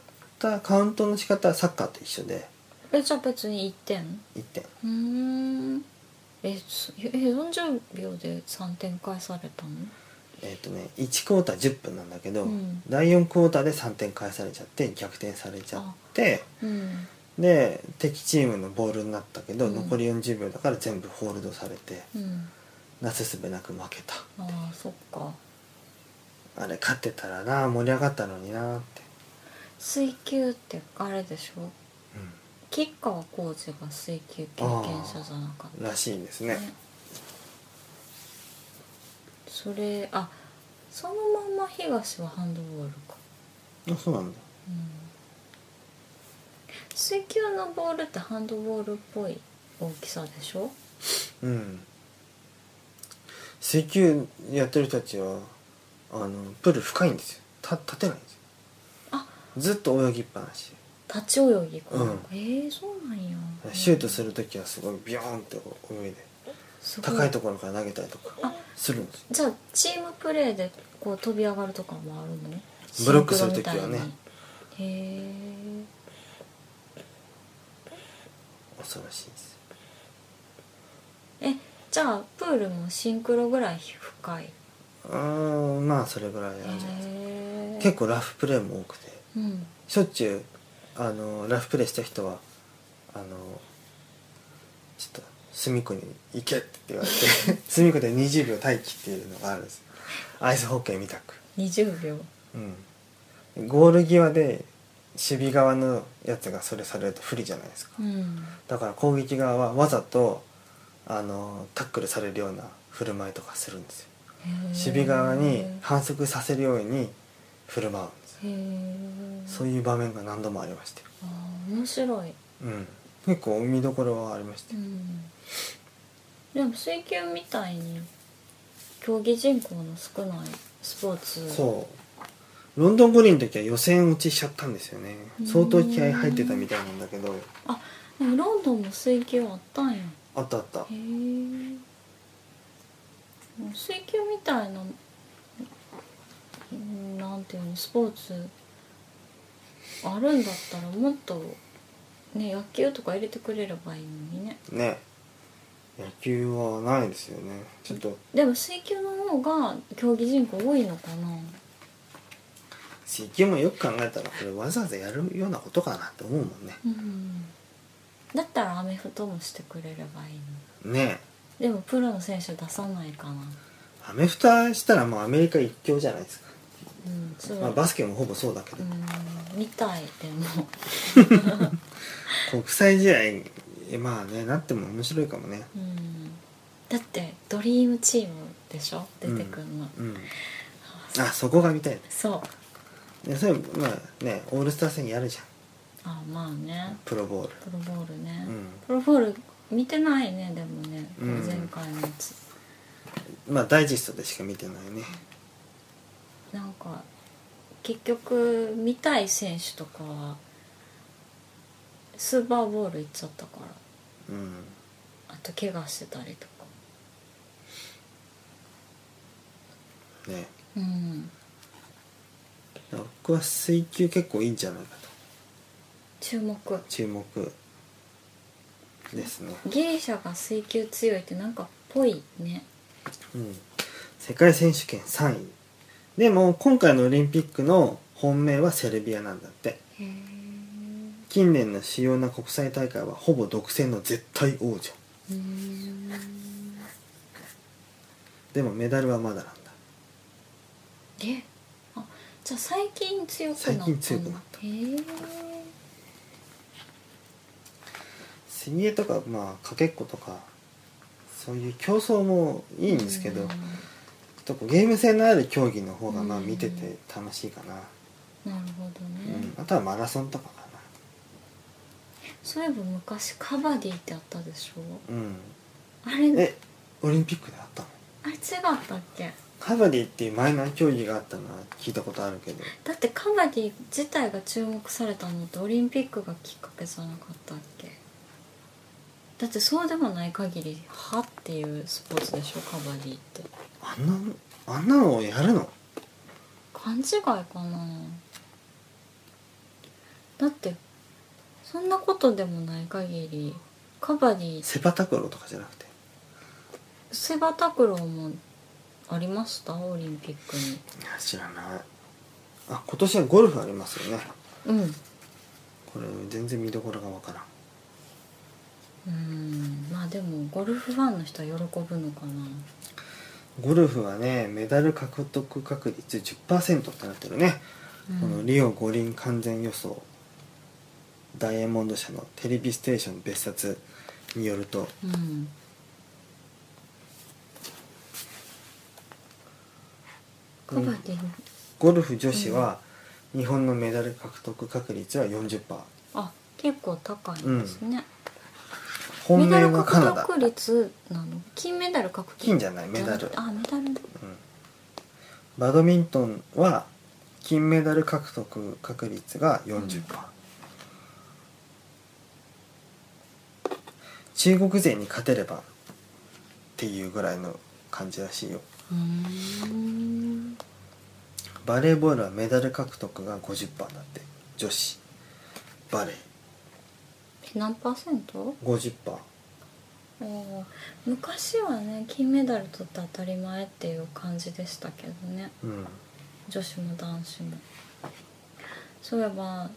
Speaker 2: カウントの仕方はサッカーと一緒で
Speaker 1: えじゃあ別に1点
Speaker 2: 1点
Speaker 1: うーんえすえ40秒で3点返されたの
Speaker 2: えっ、とね1クォーター10分なんだけど、
Speaker 1: うん
Speaker 2: 第4クォーターで3点返されちゃって逆転されちゃって
Speaker 1: うん
Speaker 2: で敵チームのボールになったけど、
Speaker 1: うん
Speaker 2: 残り40秒だから全部ホールドされて
Speaker 1: うん
Speaker 2: なすすべなく負けた
Speaker 1: ああそっか
Speaker 2: あれ勝ってたらな盛り上がったのになって、
Speaker 1: 水球ってあれでしょ
Speaker 2: う
Speaker 1: 吉川浩司が水球経験者じゃなかっ
Speaker 2: ん、らしいです
Speaker 1: た
Speaker 2: ね
Speaker 1: それあそのまま東はハンドボールか、
Speaker 2: あそうなんだ
Speaker 1: うん、水球のボールってハンドボールっぽい大きさでしょ
Speaker 2: うん水球やってる人たちはあのプール深いんですよた立てないんですよ
Speaker 1: あ
Speaker 2: ずっと泳ぎっぱなし
Speaker 1: 立ち泳ぎか、
Speaker 2: うん
Speaker 1: ええそうなんや
Speaker 2: シュートする時はすごいビヨーンって泳いで
Speaker 1: すご
Speaker 2: 高いところから投げたりとか
Speaker 1: あ
Speaker 2: するんですよ
Speaker 1: じゃあチームプレーでこう飛び上がるとかもあるの
Speaker 2: ブロックする時はね
Speaker 1: シンクロみたいにへえ
Speaker 2: 恐ろしいです
Speaker 1: えじゃあプールもシンクロぐらい深いへ
Speaker 2: うーんまあそれぐらいあるじゃないですか
Speaker 1: え
Speaker 2: 結構ラフプレーも多くて
Speaker 1: うん
Speaker 2: しょっちゅうあのラフプレーした人はあのちょっと隅っこに行けって言 われて隅っこで20秒待機っていうのがあるんですアイスホッケーみたく、
Speaker 1: 20秒
Speaker 2: うん、ゴール際で守備側のやつがそれされると不利じゃないですか
Speaker 1: うん
Speaker 2: だから攻撃側はわざとあのタックルされるような振る舞いとかするんですよ
Speaker 1: へー
Speaker 2: 守備側に反則させるように振る舞うんですよ
Speaker 1: へえ
Speaker 2: そういう場面が何度もありましたよ
Speaker 1: あー面白い、
Speaker 2: うん、結構見どころはありました
Speaker 1: う
Speaker 2: よ
Speaker 1: ん、でも水球みたいに競技人口の少ないスポーツ
Speaker 2: そうロンドン五輪の時は予選落ちしちゃったんですよね
Speaker 1: うん
Speaker 2: 相当気合入ってたみたいなんだけど
Speaker 1: でもロンドンも水球あったんやへ
Speaker 2: あったあった
Speaker 1: え水球みたいなうんなんていうのスポーツあるんだったらもっとね野球とか入れてくれればいいのにね
Speaker 2: ね野球はないですよねちょっと
Speaker 1: でも水球の方が競技人口多いのかな
Speaker 2: 水球もよく考えたらこれわざわざやるようなことかなって思うもんね
Speaker 1: うんだったらアメフトもしてくれればいいの
Speaker 2: ね
Speaker 1: でもプロの選手出さないかな
Speaker 2: えアメフトしたらもうアメリカ一強じゃないですか、
Speaker 1: うんそう、
Speaker 2: まあ、バスケもほぼそうだけど、
Speaker 1: うんみたいでも
Speaker 2: 国際試合えまあねなっても面白いかもね
Speaker 1: うんだってドリームチームでしょ出てくるの、
Speaker 2: うんあそこが見たい
Speaker 1: そう
Speaker 2: ねそれまあねオールスター戦やるじ
Speaker 1: あまあ
Speaker 2: ゃん
Speaker 1: ね
Speaker 2: プロボール
Speaker 1: プロボールね、
Speaker 2: うん
Speaker 1: プロボール見てないねでもね、
Speaker 2: うん
Speaker 1: 前回のやつ
Speaker 2: まあダイジェストでしか見てないね
Speaker 1: なんか結局見たい選手とかはスーパーボール行っちゃったから
Speaker 2: うん
Speaker 1: あと怪我してたりとか
Speaker 2: ね
Speaker 1: うん
Speaker 2: 僕は水球結構いいんじゃないかと
Speaker 1: 注目
Speaker 2: 注目ですね
Speaker 1: ギリシャが水球強いってなんかっぽいね
Speaker 2: うん世界選手権3位でも今回のオリンピックの本命はセルビアなんだって
Speaker 1: へえ
Speaker 2: 近年の主要な国際大会はほぼ独占の絶対王者
Speaker 1: うん
Speaker 2: でもメダルはまだなんだ
Speaker 1: えあじゃあ最近強くなった
Speaker 2: 最近強くなった
Speaker 1: へえ
Speaker 2: 水泳とかまあかけっことかそういう競争もいいんですけど、
Speaker 1: うん
Speaker 2: ちょっとこうゲーム性のある競技の方がまあ
Speaker 1: うん
Speaker 2: 見てて楽しいかな、
Speaker 1: なるほど
Speaker 2: うん
Speaker 1: ね、
Speaker 2: あとはマラソンとかか
Speaker 1: そういえば昔カバディってあったでしょ
Speaker 2: なうん
Speaker 1: あれ
Speaker 2: えオリンピックであったの
Speaker 1: あれ違ったっけ
Speaker 2: カバディっていうマイナー競技があったのは聞いたことあるけど
Speaker 1: だってカバディ自体が注目されたのってオリンピックがきっかけじゃなかったっけだってそうでもない限り「は」っていうスポーツでしょカバディって
Speaker 2: あんなのあんなのをやるの
Speaker 1: 勘違いかなだってそんなことでもない限りカバディ
Speaker 2: セパタクローとかじゃなくて
Speaker 1: セバタクローもありましたオリンピックに
Speaker 2: いや知らないあ今年はゴルフありますよね
Speaker 1: うん
Speaker 2: これ全然見どころがわからん
Speaker 1: うんまあでもゴルフファンの人は喜ぶのかな
Speaker 2: ゴルフはねメダル獲得確率10%ってなってるね、
Speaker 1: うん
Speaker 2: このリオ五輪完全予想ダイヤモンド社のテレビステーション別冊によると
Speaker 1: うんカバディ、
Speaker 2: ゴルフ女子は日本のメダル獲得確率は40%
Speaker 1: あ結構高いんですね、
Speaker 2: 本
Speaker 1: メダ
Speaker 2: 命
Speaker 1: ル
Speaker 2: はカナ
Speaker 1: 獲
Speaker 2: ダ、
Speaker 1: 得率なの金メダル獲得
Speaker 2: 金じゃないメダル
Speaker 1: あメダル
Speaker 2: うんバドミントンは金メダル獲得確率が40%、中国勢に勝てればっていうぐらいの感じらしいよ
Speaker 1: うーん
Speaker 2: バレーボールはメダル獲得が50%だって女子バレー
Speaker 1: え何パーセント
Speaker 2: 50%
Speaker 1: おー昔はね金メダル取って当たり前っていう感じでしたけどね
Speaker 2: うん
Speaker 1: 女子も男子もそういえば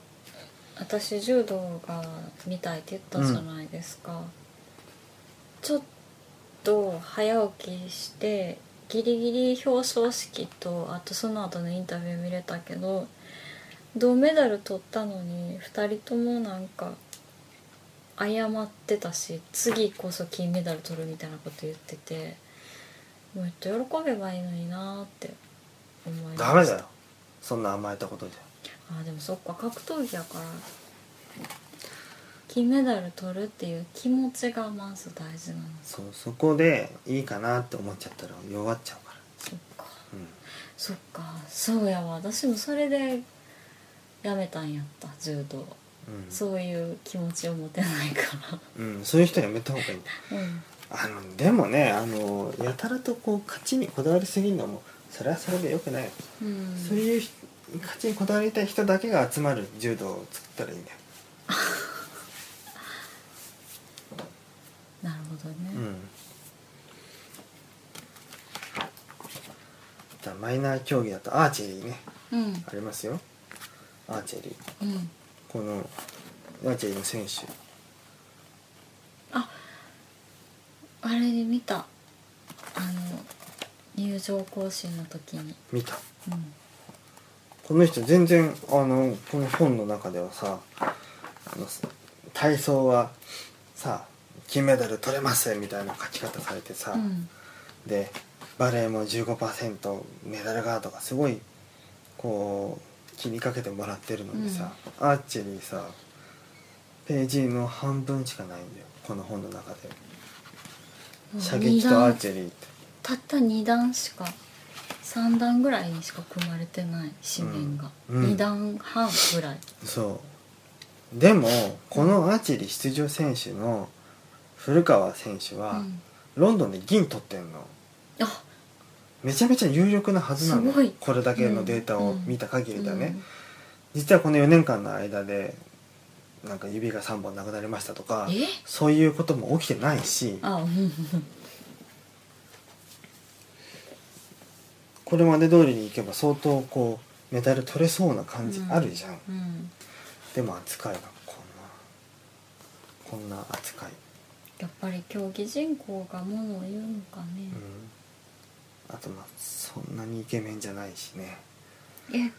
Speaker 1: 私柔道が見たいって言ったじゃないですか、ちょっと早起きしてギリギリ表彰式とあとその後のインタビュー見れたけど銅メダル取ったのに2人ともなんか謝ってたし次こそ金メダル取るみたいなこと言っててもっと喜べばいいのになーって思いました
Speaker 2: ダメだよそんな甘えたことじゃ
Speaker 1: あでもそっか格闘技やから金メダル取るっていう気持ちがまず大事なの
Speaker 2: そうそこでいいかなって思っちゃったら弱っちゃうから
Speaker 1: そっか
Speaker 2: うん
Speaker 1: そっかそうやわ私もそれでやめたんやった柔道
Speaker 2: うん
Speaker 1: そういう気持ちを持てないか
Speaker 2: うん、そういう人やめた方がいい
Speaker 1: らうん
Speaker 2: あのでもねあのやたらとこう勝ちにこだわりすぎるのもそれはそれでよくないよ、
Speaker 1: うん
Speaker 2: そういうひ勝ちにこだわりたい人だけが集まる柔道を作ったらいいんだよ、
Speaker 1: なるほど
Speaker 2: う
Speaker 1: ね、
Speaker 2: ん、あとはマイナー競技だとアーチェリーね
Speaker 1: うん、うん
Speaker 2: ありますよアーチェリー
Speaker 1: うん
Speaker 2: このアーチェリーの選手
Speaker 1: ああれで見たあの入場行進の時に、
Speaker 2: 見た
Speaker 1: うん、
Speaker 2: この人全然あのこの本の中ではさあの体操はさ金メダル取れますみたいな書き方されてさ、
Speaker 1: うん
Speaker 2: でバレエも15%メダルがとかすごいこう気にかけてもらってるのにさ、アーチェリーさページの半分しかないんだよこの本の中で射撃とアーチェリーって
Speaker 1: たった2段しか3段ぐらいにしか組まれてない紙面が、
Speaker 2: うんうん
Speaker 1: 2段半ぐらい
Speaker 2: そうでもこのアーチェリー出場選手の古川選手
Speaker 1: う
Speaker 2: は、
Speaker 1: ん、
Speaker 2: ロンドンで銀取ってんの
Speaker 1: あ
Speaker 2: めちゃめちゃ有力なはずな
Speaker 1: す
Speaker 2: の
Speaker 1: ごい
Speaker 2: これだけのデータを見た限りだね、
Speaker 1: うん
Speaker 2: 実はこの4年間の間でなんか指が3本なくなりましたとか
Speaker 1: え
Speaker 2: そういうことも起きてないし
Speaker 1: あうん
Speaker 2: これまで通りにいけば相当こうメダル取れそうな感じあるじゃん、
Speaker 1: うん
Speaker 2: でも扱いがこんなこんな扱い、
Speaker 1: やっぱり競技人口がものを言うのかね
Speaker 2: う、ん、あとまあそんなにイケメンじゃないしね
Speaker 1: え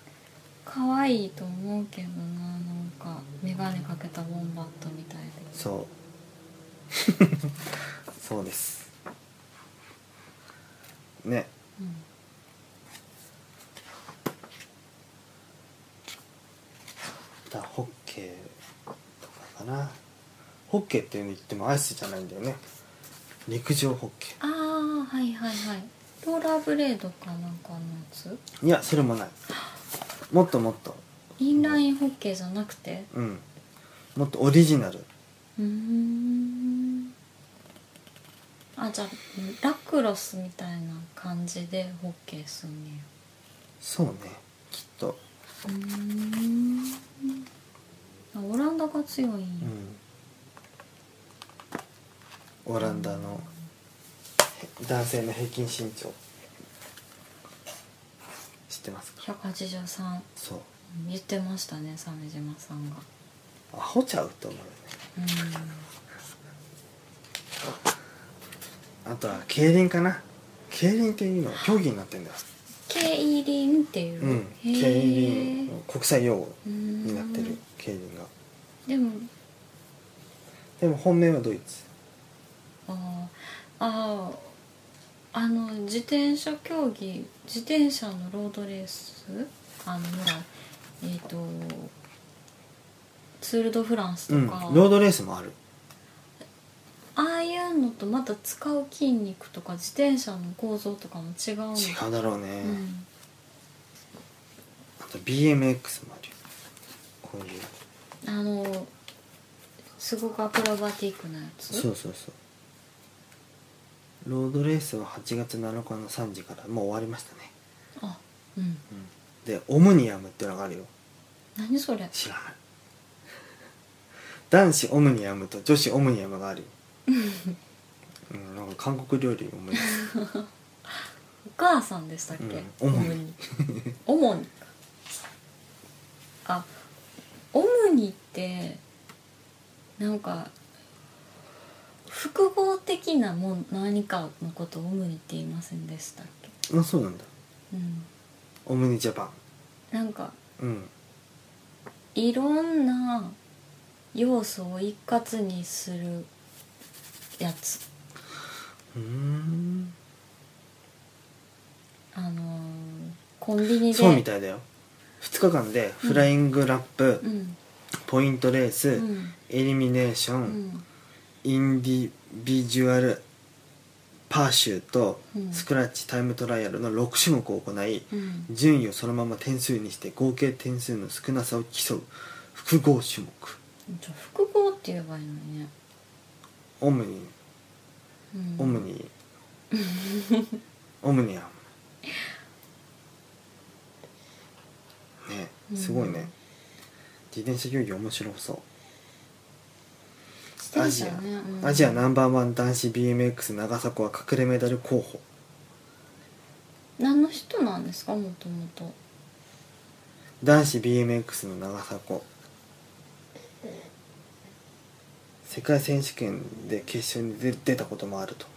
Speaker 1: 可愛いと思うけどななんか眼鏡かけたウォンバットみたいで
Speaker 2: そう そうですね
Speaker 1: うん
Speaker 2: だホッケーとかかなホッケーって言ってもアイスじゃないんだよね陸上ホッケ
Speaker 1: ああはいはいはいローラーブレードかなんかのやつ
Speaker 2: ーいやそれもないもっともっと
Speaker 1: インラインホッケーじゃなくて
Speaker 2: うんもっとオリジナル
Speaker 1: うーんあじゃあラクロスみたいな感じでホッケーすんねや
Speaker 2: そうねきっと
Speaker 1: うーんあオランダが強いんや、
Speaker 2: うんオランダの男性の平均身長知ってますか
Speaker 1: 183
Speaker 2: そう
Speaker 1: うん言ってましたね鮫島さんが
Speaker 2: アホちゃうと思うよね
Speaker 1: う
Speaker 2: あとは競輪かな競輪っていうのは競技になってんだよ
Speaker 1: ん競輪っていう、
Speaker 2: うん
Speaker 1: へ
Speaker 2: 競
Speaker 1: ー
Speaker 2: 輪国際用語
Speaker 1: うーん
Speaker 2: になってる競輪が
Speaker 1: でも
Speaker 2: でも本命はドイツ
Speaker 1: あーあーあの自転車競技自転車のロードレースあのほらえっ、とツール・ド・フランス
Speaker 2: うん
Speaker 1: と
Speaker 2: ロ
Speaker 1: か、
Speaker 2: ードレースもある
Speaker 1: ああいうのとまた使う筋肉とか自転車の構造とかも違うの
Speaker 2: 違うだろうね、
Speaker 1: うん
Speaker 2: あと BMX もあるよこういう
Speaker 1: あのすごくアクロバティックなやつ
Speaker 2: そうそうそうロードレースは8月7日の3時からもう終わりましたね、
Speaker 1: あうん
Speaker 2: うんでオムニアムっていうのがあるよ
Speaker 1: 何それ
Speaker 2: 知らない男子オムニアムと女子オムニアムがあるよ、うん、なんか韓国料理に思い出す
Speaker 1: お母さんでしたっけ、オ
Speaker 2: うん
Speaker 1: ムニオモニかあオムニってなんか複合的なもん何かのことをオムニって言いませんでしたっけ
Speaker 2: あそうなんだ
Speaker 1: うん
Speaker 2: オムニジャパン
Speaker 1: なんか
Speaker 2: うん
Speaker 1: いろんな要素を一括にするやつ
Speaker 2: うーん
Speaker 1: あのーコンビニで
Speaker 2: そうみたいだよ2日間でフライングラップ、
Speaker 1: うん
Speaker 2: ポイントレース、
Speaker 1: うん
Speaker 2: エリミネーション、
Speaker 1: うん
Speaker 2: インディビジュアルパーシューと
Speaker 1: うん
Speaker 2: スクラッチタイムトライアルの6種目を行い、
Speaker 1: うん
Speaker 2: 順位をそのまま点数にして合計点数の少なさを競う複合種目
Speaker 1: じゃあ複合って言えばいいのにね、
Speaker 2: オムニ
Speaker 1: うん
Speaker 2: オムニオムニアムねすごいね、
Speaker 1: うん
Speaker 2: 自転車競技面白そう
Speaker 1: 自
Speaker 2: ア
Speaker 1: 転
Speaker 2: ジ
Speaker 1: 車
Speaker 2: ア、
Speaker 1: ねうん
Speaker 2: アジアナンバーワン男子 BMX 長迫は隠れメダル候補
Speaker 1: 何の人なんですかもともと
Speaker 2: 男子 BMX の長迫世界選手権で決勝に出出たこともあると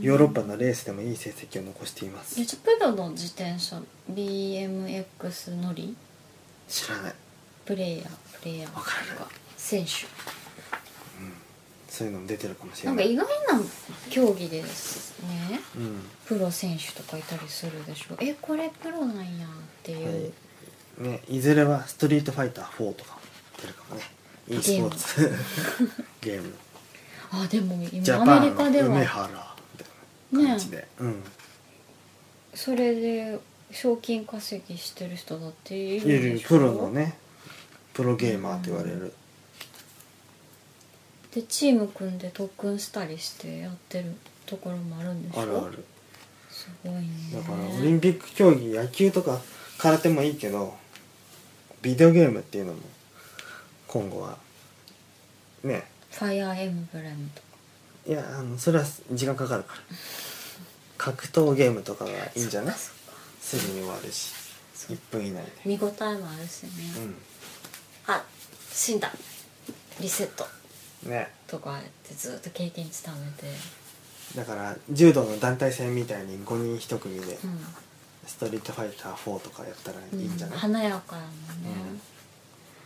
Speaker 2: ヨーロッパのレースでもいい成績を残しています
Speaker 1: えじゃあプロの自転車 BMX 乗り
Speaker 2: 知らない
Speaker 1: プレイヤープレイヤー
Speaker 2: わからない
Speaker 1: と選手
Speaker 2: そういうのも出てるかもし
Speaker 1: な
Speaker 2: れ
Speaker 1: んか
Speaker 2: ない
Speaker 1: 意外な競技ですね
Speaker 2: うん
Speaker 1: プロ選手とかいたりするでしょえこれプロなんやっていう、
Speaker 2: はいね、いずれは「ストリートファイター4」とかも出るかもね e スポーツ ゲーム
Speaker 1: あでも
Speaker 2: ジャ
Speaker 1: 今
Speaker 2: パ
Speaker 1: アメリ
Speaker 2: ン
Speaker 1: カで
Speaker 2: 梅
Speaker 1: は
Speaker 2: 原みたいな感じで、うん
Speaker 1: それで賞金稼ぎしてる人だっている
Speaker 2: いわゆ
Speaker 1: で
Speaker 2: る
Speaker 1: しょ
Speaker 2: プロのねプロゲーマーと言われる、
Speaker 1: でチーム組んで特訓したりしてやってるところもあるんでしょ
Speaker 2: あるある
Speaker 1: すごいね
Speaker 2: だからオリンピック競技野球とか空手もいいけどビデオゲームっていうのも今後はね
Speaker 1: ファイアーエムブレムとか
Speaker 2: いやあのそれは時間かかるから格闘ゲームとかがいいんじゃない
Speaker 1: そっか
Speaker 2: すぐに終わるし
Speaker 1: そ
Speaker 2: 1
Speaker 1: っか
Speaker 2: 分以内で
Speaker 1: 見応えもあるしね、あ死んだリセット
Speaker 2: うんね
Speaker 1: とかやってずっと経験値貯めて
Speaker 2: だから柔道の団体戦みたいに5人1組で
Speaker 1: うん
Speaker 2: 「ストリートファイター4」とかやったら
Speaker 1: う
Speaker 2: いいんじゃない、
Speaker 1: 華やかやもんね、
Speaker 2: うん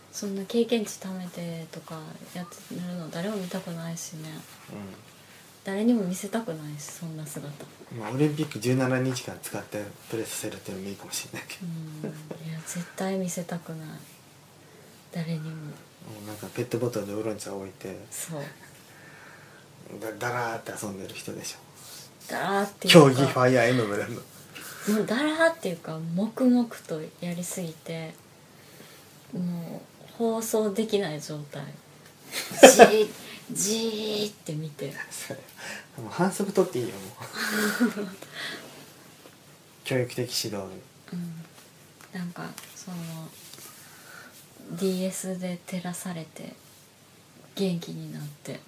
Speaker 1: そんな経験値貯めてとかやってるの誰も見たくないしね
Speaker 2: うん
Speaker 1: 誰にも見せたくないしそんな姿
Speaker 2: まあ、オリンピック17日間使ってプレーさせるっていうのもいいかもしれないけ
Speaker 1: う
Speaker 2: ど、
Speaker 1: んいや絶対見せたくない誰にも
Speaker 2: もうなんかペットボトルでウーロン茶置いて
Speaker 1: そう
Speaker 2: だだらーって遊んでる人でしょ
Speaker 1: だらーっていうか
Speaker 2: 競技ファイアーエムブレム
Speaker 1: もうだらーっていうか黙々とやりすぎてもう放送できない状 態じーじーって見て
Speaker 2: それ もう反則取っていいよもう 教育的指導
Speaker 1: うんなんかその DS で照らされて元気になって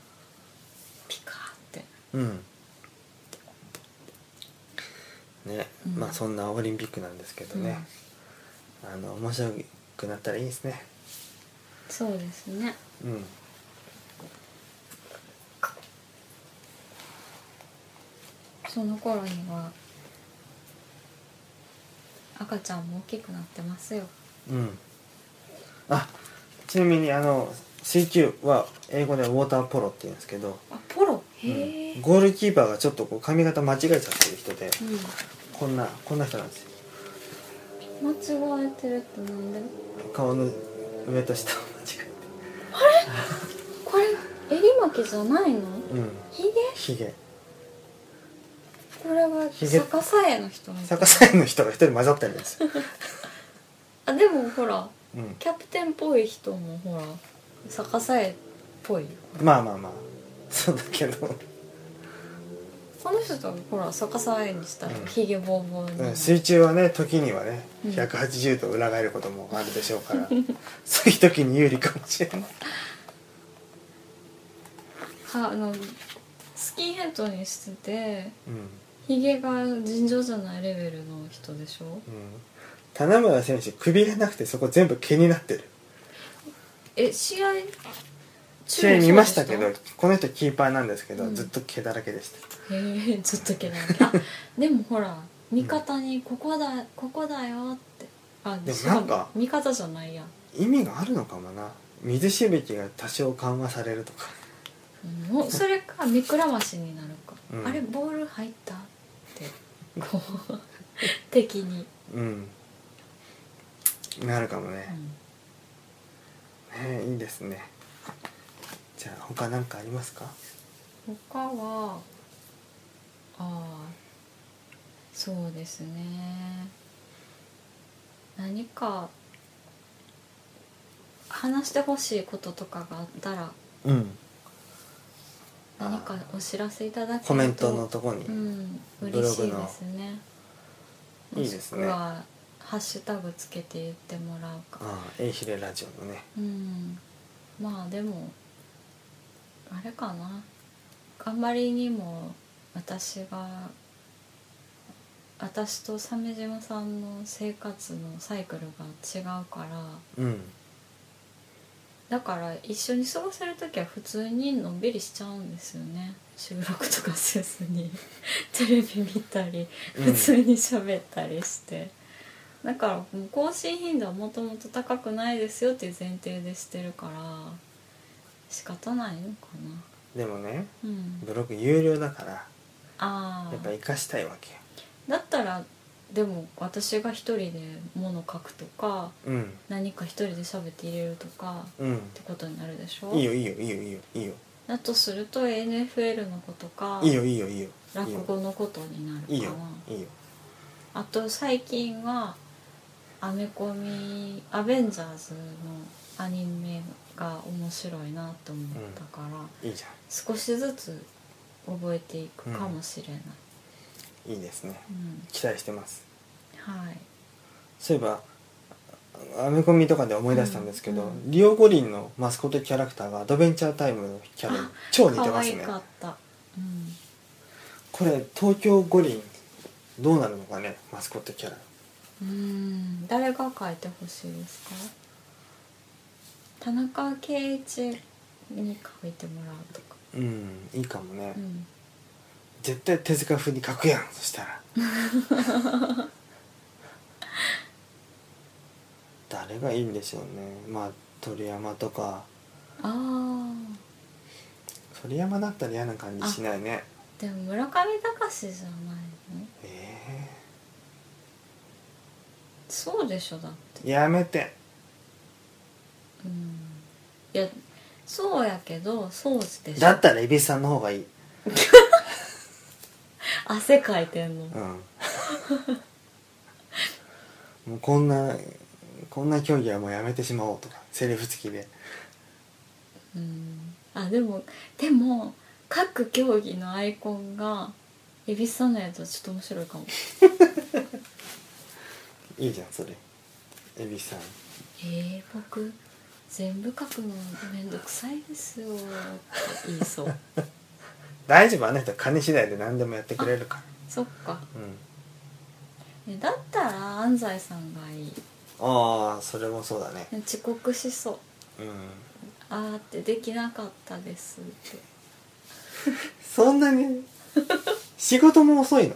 Speaker 1: ピカーって
Speaker 2: うんね、
Speaker 1: うん
Speaker 2: まあそんなオリンピックなんですけどね、あの面白くなったらいいですね
Speaker 1: そうですね
Speaker 2: うん
Speaker 1: その頃には赤ちゃんも大きくなってますよ
Speaker 2: うんあちなみにあの水球は英語ではウォーターポロって言うんですけど、
Speaker 1: あポロ
Speaker 2: うん
Speaker 1: へえ、
Speaker 2: ゴールキーパーがちょっとこう髪型間違えちゃってる人で
Speaker 1: う
Speaker 2: こんなこんな人なんですよ
Speaker 1: ん、間違えてるってなんで
Speaker 2: 顔の上と下を間違
Speaker 1: これ襟巻きじゃないの
Speaker 2: えてうん
Speaker 1: ひげ
Speaker 2: ひげ
Speaker 1: これは
Speaker 2: ひげ
Speaker 1: 逆さ絵の人みたい
Speaker 2: 逆さ絵の人が一人混ざってるんですよ、
Speaker 1: あでもほら
Speaker 2: うん、
Speaker 1: キャプテンっぽい人もほら逆さ絵っぽいよ
Speaker 2: まあまあまあそうだけど、
Speaker 1: この人とかほら逆さ絵にしたら
Speaker 2: うん
Speaker 1: ひげボーボーに、
Speaker 2: うん、水中はね時にはね
Speaker 1: うん
Speaker 2: 180度裏返ることもあるでしょうから、そういう時に有利かもしれない
Speaker 1: はあのスキンヘッドにしてて
Speaker 2: うん
Speaker 1: ひげが尋常じゃないレベルの人でしょ
Speaker 2: うん棚村選手首がなくてそこ全部毛になってる
Speaker 1: え試合
Speaker 2: 試合
Speaker 1: 中
Speaker 2: 見ましたけ
Speaker 1: そ
Speaker 2: ど
Speaker 1: うで
Speaker 2: この人キーパーなんですけど、
Speaker 1: うん
Speaker 2: ずっと毛だらけでした
Speaker 1: へえちょっとけないあでもほら味方に「ここだここだよ」ってあ
Speaker 2: でも
Speaker 1: しか
Speaker 2: なんか
Speaker 1: 味方じゃないや
Speaker 2: 意味があるのかもな水しぶきが多少緩和されるとか
Speaker 1: うんもうそれか目くらましになるか、
Speaker 2: うん
Speaker 1: あれボール入った ってこう敵に
Speaker 2: うんなるかも
Speaker 1: う
Speaker 2: ね、
Speaker 1: ん
Speaker 2: ねいいですねじゃあ他なんかありますか
Speaker 1: 他はああそうですね何か話してほしいこととかがあったら
Speaker 2: うん
Speaker 1: 何かお知らせいただけると
Speaker 2: コメントのとこに、
Speaker 1: うん
Speaker 2: ブログの
Speaker 1: 嬉しいですね
Speaker 2: いいですね
Speaker 1: もしくはハッシュタグつけて言ってもらうか
Speaker 2: ああエイヒレラジオのね
Speaker 1: うんまあでもあれかな頑張りにも私が私と鮫島さんの生活のサイクルが違うから
Speaker 2: うん
Speaker 1: だから一緒に過ごせる時は普通にのんびりしちゃうんですよね収録とかせず にテレビ見たり
Speaker 2: うん
Speaker 1: 普通に喋ったりして、だからもう更新頻度はもともと高くないですよっていう前提でしてるから仕方ないのかな
Speaker 2: でもね
Speaker 1: うん
Speaker 2: ブログ有料だから
Speaker 1: あ
Speaker 2: やっぱ
Speaker 1: あ
Speaker 2: 生かしたいわけよ
Speaker 1: だったらでも私が一人で物書くとか
Speaker 2: うん
Speaker 1: 何か一人で喋って入れるとか
Speaker 2: うん
Speaker 1: ってことになるでしょ
Speaker 2: いいよいいよいいよいいよいいよ
Speaker 1: だとすると NFL のことか
Speaker 2: いいよいいよいいよ
Speaker 1: 落語のことになるか
Speaker 2: い
Speaker 1: ない
Speaker 2: よいいよ
Speaker 1: あと最近はアメコミ「アベンジャーズ」のアニメが面白いなと思ったから、
Speaker 2: いいじゃ
Speaker 1: 少しずつ覚えていくかもしれない、
Speaker 2: んいいですね
Speaker 1: うん
Speaker 2: 期待してます
Speaker 1: はい
Speaker 2: そういえばあアメコミとかで思い出したんですけど、
Speaker 1: うんうん
Speaker 2: リオ五輪のマスコットキャラクターがアドベンチャータイムのキャラに
Speaker 1: あ
Speaker 2: 超似て
Speaker 1: 可
Speaker 2: ます
Speaker 1: 愛
Speaker 2: ね
Speaker 1: かった、うん、
Speaker 2: これ東京五輪どうなるのかねマスコットキャラ
Speaker 1: うん誰が書いてほしいですか田中圭一に書いてもらうとか、
Speaker 2: うんいいかもね、
Speaker 1: うん、
Speaker 2: 絶対手塚風に書くやんそした ら誰がいいんでしょうねまあ鳥山とか
Speaker 1: ああ
Speaker 2: 鳥山だったら嫌な感じしないね
Speaker 1: でも村上隆じゃないの
Speaker 2: え
Speaker 1: そうでしょだって
Speaker 2: えやめて
Speaker 1: うんいやそうやけどそうでし
Speaker 2: だ
Speaker 1: ょ
Speaker 2: ったら蛭子さんの方がいい
Speaker 1: 汗かいてんの
Speaker 2: うんもうこん なこんな競技はもうやめてしまおうとかセリフ付きで
Speaker 1: うんあでもでも各競技のアイコンが恵比寿さんのやつはちょっと面白いかも
Speaker 2: いいじゃんそれ蛭子さん
Speaker 1: えー、僕全部書くのめんどくさいですよって言いそう
Speaker 2: 大丈夫あの人は金次第で何でもやってくれるから
Speaker 1: そっか
Speaker 2: うん
Speaker 1: えだったら安西さんがいい
Speaker 2: ああそれもそうだね
Speaker 1: 遅刻しそう
Speaker 2: うん
Speaker 1: あーってできなかったですって
Speaker 2: そんなに仕事も遅いの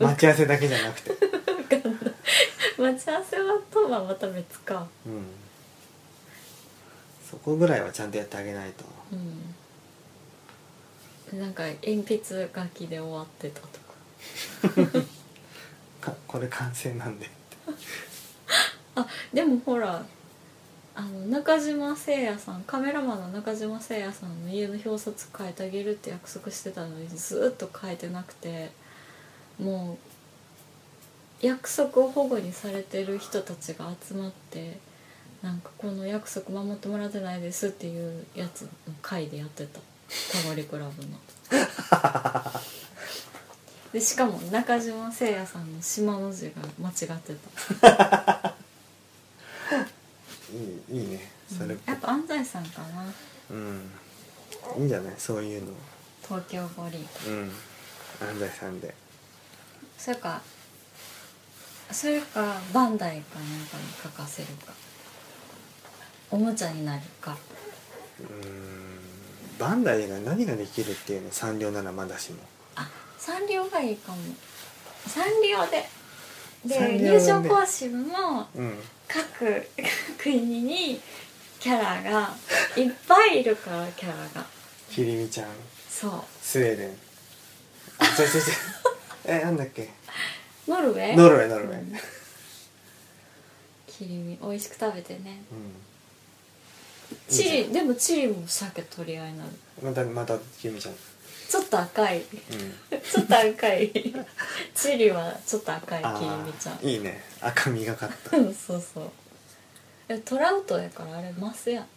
Speaker 2: 待ち合わせだけじゃなくて
Speaker 1: 待ち合わせはとはまた別か
Speaker 2: うんそこぐらいはちゃんとやってあげないと
Speaker 1: うんなんか鉛筆書きで終わってたとか
Speaker 2: かこれ完成なんで
Speaker 1: あでもほらあの中島誠也さんカメラマンの中島誠也さんの家の表札書いてあげるって約束してたのにずーっと書いてなくてもう約束を保護にされてる人たちが集まってなんかこの約束守ってもらってないですっていうやつの会でやってたタモリクラブの。でしかも中島誠也さんの「島」の字が間違ってた。
Speaker 2: いいいいねそれっぽ
Speaker 1: やっぱ安西さんかな
Speaker 2: うんいいんじゃないそういうの
Speaker 1: 東京五輪
Speaker 2: うん安西さんで
Speaker 1: それかそれかバンダイかなんかに書かせるかおもちゃになるか
Speaker 2: うーんバンダイが何ができるっていうのサンリオならまだしも
Speaker 1: あサンリオがいいかもサンリオで
Speaker 2: サ
Speaker 1: で
Speaker 2: ンリオ
Speaker 1: 入
Speaker 2: で
Speaker 1: 場行進も
Speaker 2: うん
Speaker 1: 各 国にキャラがいっぱいいるからキャラが
Speaker 2: ひりみちゃん
Speaker 1: そ
Speaker 2: スウェーデンあ違う違う違う えなんだっけ
Speaker 1: うノルウェー
Speaker 2: ノルウェーノルウェー
Speaker 1: うん切り身美味しく食べてね
Speaker 2: う
Speaker 1: チリでもチリも鮭取り合いになる
Speaker 2: んまたまたゆみちゃん
Speaker 1: ちょっと赤い
Speaker 2: うん
Speaker 1: ちょっと赤い チリはちょっと赤い
Speaker 2: あ
Speaker 1: 切り身ちゃん
Speaker 2: ーいいね赤みがかった
Speaker 1: うんそうそうえトラウトやからあれマスやんね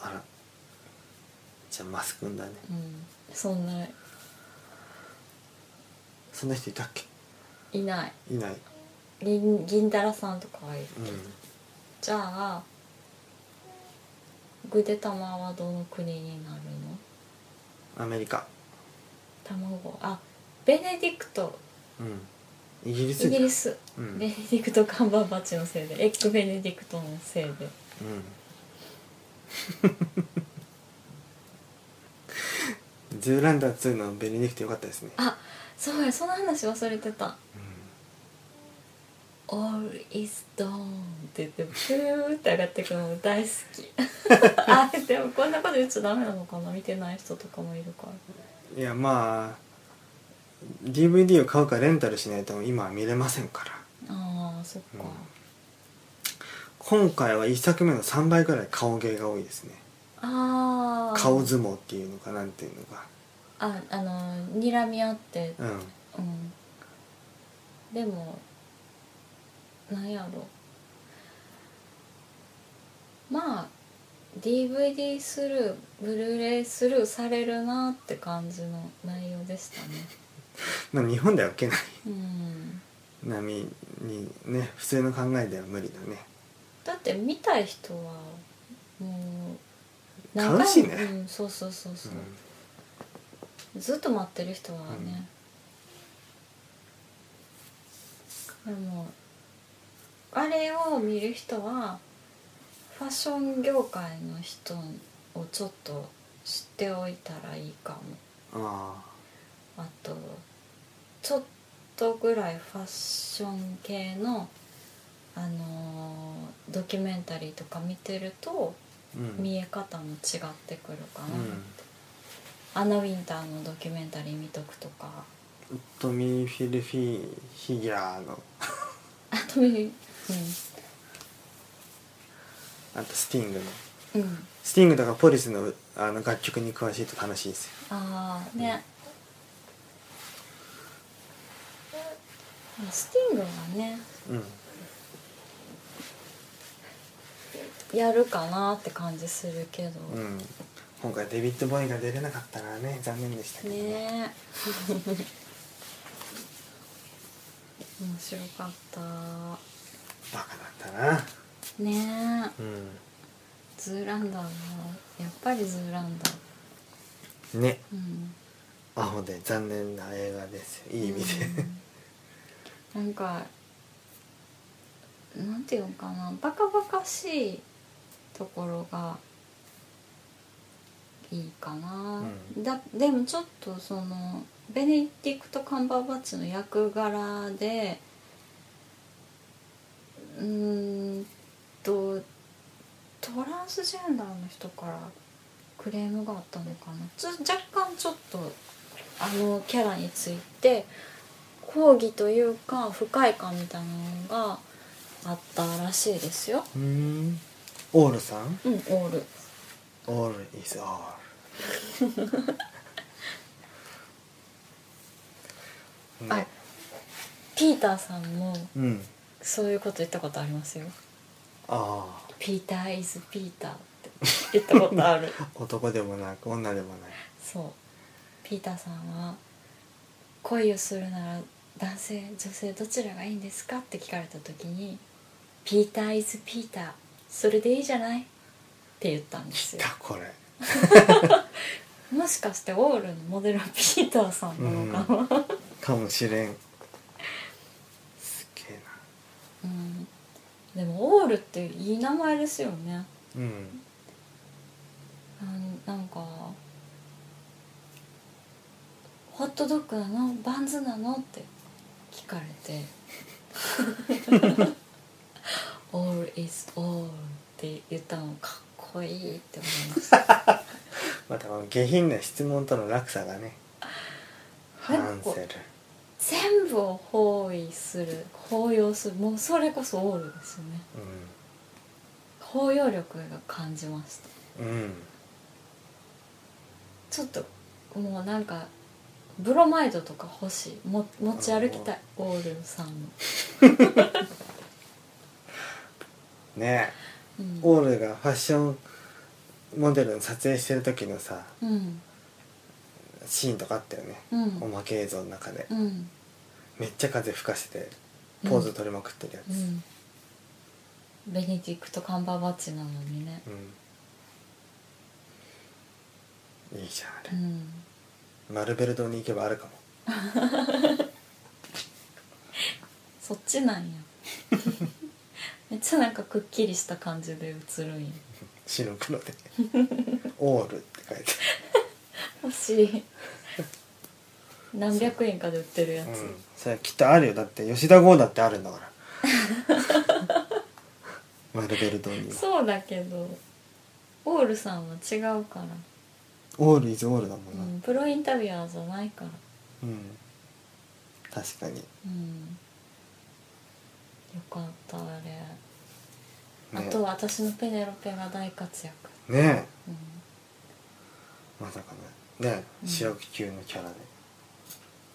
Speaker 2: あらじゃあマスくんだね
Speaker 1: うんそんな
Speaker 2: そんな人いたっけ
Speaker 1: いない
Speaker 2: いない
Speaker 1: 銀銀だらさんとかはいる
Speaker 2: う
Speaker 1: じゃあぐでたまはどの国になるの
Speaker 2: んアメリカ
Speaker 1: 卵あベネディクト
Speaker 2: うんイギリス
Speaker 1: イギリ
Speaker 2: ス
Speaker 1: ス
Speaker 2: う
Speaker 1: ベネ
Speaker 2: ん、
Speaker 1: ディクトカンバーバッチのせいでエッグベネディクトのせいで
Speaker 2: うん、ズーランダー2のベネディクト良かったですね、
Speaker 1: あそうやその話忘れてた
Speaker 2: う
Speaker 1: 「All is done」って言ってプーって上がってくの大好き あでもこんなこと言っちゃダメなのかな見てない人とかもいるから
Speaker 2: ん、いやまあ DVD を買うかレンタルしないと今は見れませんから
Speaker 1: あーそっか、
Speaker 2: 今回は1作目の3倍ぐらい顔芸が多いですね
Speaker 1: ああ
Speaker 2: 顔相撲っていうのかなんていうのか
Speaker 1: ああの睨み合って
Speaker 2: うん
Speaker 1: うんでもなんやろまあ DVD スルーブルーレイスルーされるなって感じの内容でしたね
Speaker 2: まあ日本では受けない
Speaker 1: うん
Speaker 2: 波にね普通の考えでは無理だね
Speaker 1: だって見たい人はもう
Speaker 2: 買うしね
Speaker 1: 何回もうん、そうそうそうそう
Speaker 2: う、
Speaker 1: ずっと待ってる人はね、でもあれを見る人はファッション業界の人をちょっと知っておいたらいいかも
Speaker 2: んあ
Speaker 1: あとちょっとぐらいファッション系の、あのードキュメンタリーとか見てると
Speaker 2: あうん
Speaker 1: 見え方も違ってくるかな、
Speaker 2: うん
Speaker 1: アナ・ウィンターのドキュメンタリー見とくとか
Speaker 2: トミー・フィルフィヒギャーの
Speaker 1: あとうん
Speaker 2: あとスティングの
Speaker 1: うん
Speaker 2: スティングとかポリスのあの楽曲に詳しいと楽しいですよ
Speaker 1: ああね、スティングはね
Speaker 2: うん
Speaker 1: やるかなって感じするけど、
Speaker 2: うん今回デビッド・ボーイが出れなかったらね残念でしたけどね
Speaker 1: ね え面白かった
Speaker 2: バカだったな
Speaker 1: ねえ
Speaker 2: う
Speaker 1: ズーランダーはやっぱりズーランダー
Speaker 2: んね
Speaker 1: うん
Speaker 2: アホで残念な映画ですよいい意味で、
Speaker 1: うんなんかなんていうのかなバカバカしいところがいいかな、だでもちょっとそのベネディクト・カンバーバッチの役柄でうーんとトランスジェンダーの人からクレームがあったのかなちょ若干ちょっとあのキャラについて抗議というか不快感みたいなのがあったらしいですよ。
Speaker 2: うん、オールさん
Speaker 1: うん、オール
Speaker 2: オール is all
Speaker 1: あ
Speaker 2: ね、
Speaker 1: ピーターさんも
Speaker 2: うん
Speaker 1: そういうこと言ったことありますよ。
Speaker 2: あ
Speaker 1: ピーター・イズ・ピーターって言ったこと ある
Speaker 2: あ男でもなく女でもない
Speaker 1: そうピーターさんは「恋をするなら男性女性どちらがいいんですか?」って聞かれた時に「ピーター・イズ・ピーターそれでいいじゃない?」って言ったんです
Speaker 2: 来
Speaker 1: よ
Speaker 2: たこれ
Speaker 1: もしかしてオールのモデルはピーターさんなのかな、
Speaker 2: かもしれんすっげえ
Speaker 1: うん、でもオールっていい名前ですよね
Speaker 2: なうん
Speaker 1: なんなんか「ホットドッグなのバンズなの?」って聞かれて 「all is all」って言ったのかっこいいって思いました
Speaker 2: またこの下品な質問との落差がね
Speaker 1: なん
Speaker 2: ハ
Speaker 1: か
Speaker 2: ン
Speaker 1: こ
Speaker 2: セル
Speaker 1: う全部を包囲する包容するもうそれこそオールですよね包容力が感じました
Speaker 2: うんうん
Speaker 1: ちょっともうなんかブロマイドとか欲しいも持ち歩きたいオールさんの、
Speaker 2: ね
Speaker 1: う
Speaker 2: え
Speaker 1: ん、
Speaker 2: オールがファッションモデルの撮影してる時のさ
Speaker 1: うん
Speaker 2: シーンとかあったよね、
Speaker 1: う
Speaker 2: お
Speaker 1: ん
Speaker 2: まけ映像の中で、
Speaker 1: うん
Speaker 2: めっちゃ風吹かせてポーズ取りまくってるやつ、
Speaker 1: うんベネディクト・カンバーバッチなのにね
Speaker 2: うんいいじゃんあ
Speaker 1: う
Speaker 2: れ、
Speaker 1: ん
Speaker 2: マルベル堂に行けばあるかも
Speaker 1: そっちなんやめっちゃなんかくっきりした感じで映るんや
Speaker 2: 白黒 でオールって書いて
Speaker 1: 欲しい何百円かで売ってるや
Speaker 2: ある、う
Speaker 1: つ、
Speaker 2: ん、それきっとあるよだって吉田剛だってあるんだから マルベル堂には
Speaker 1: そうだけどオールさんは違うから、
Speaker 2: オールイズオールだもん
Speaker 1: う
Speaker 2: な、
Speaker 1: ん、プロインタビュアーじゃないから、
Speaker 2: うん、確かに、ね、
Speaker 1: うん、よかったあれ、あとは私のペネロペが大活躍、
Speaker 2: ねえ
Speaker 1: うん、
Speaker 2: まさかねね
Speaker 1: うん
Speaker 2: 主役級のキャラで、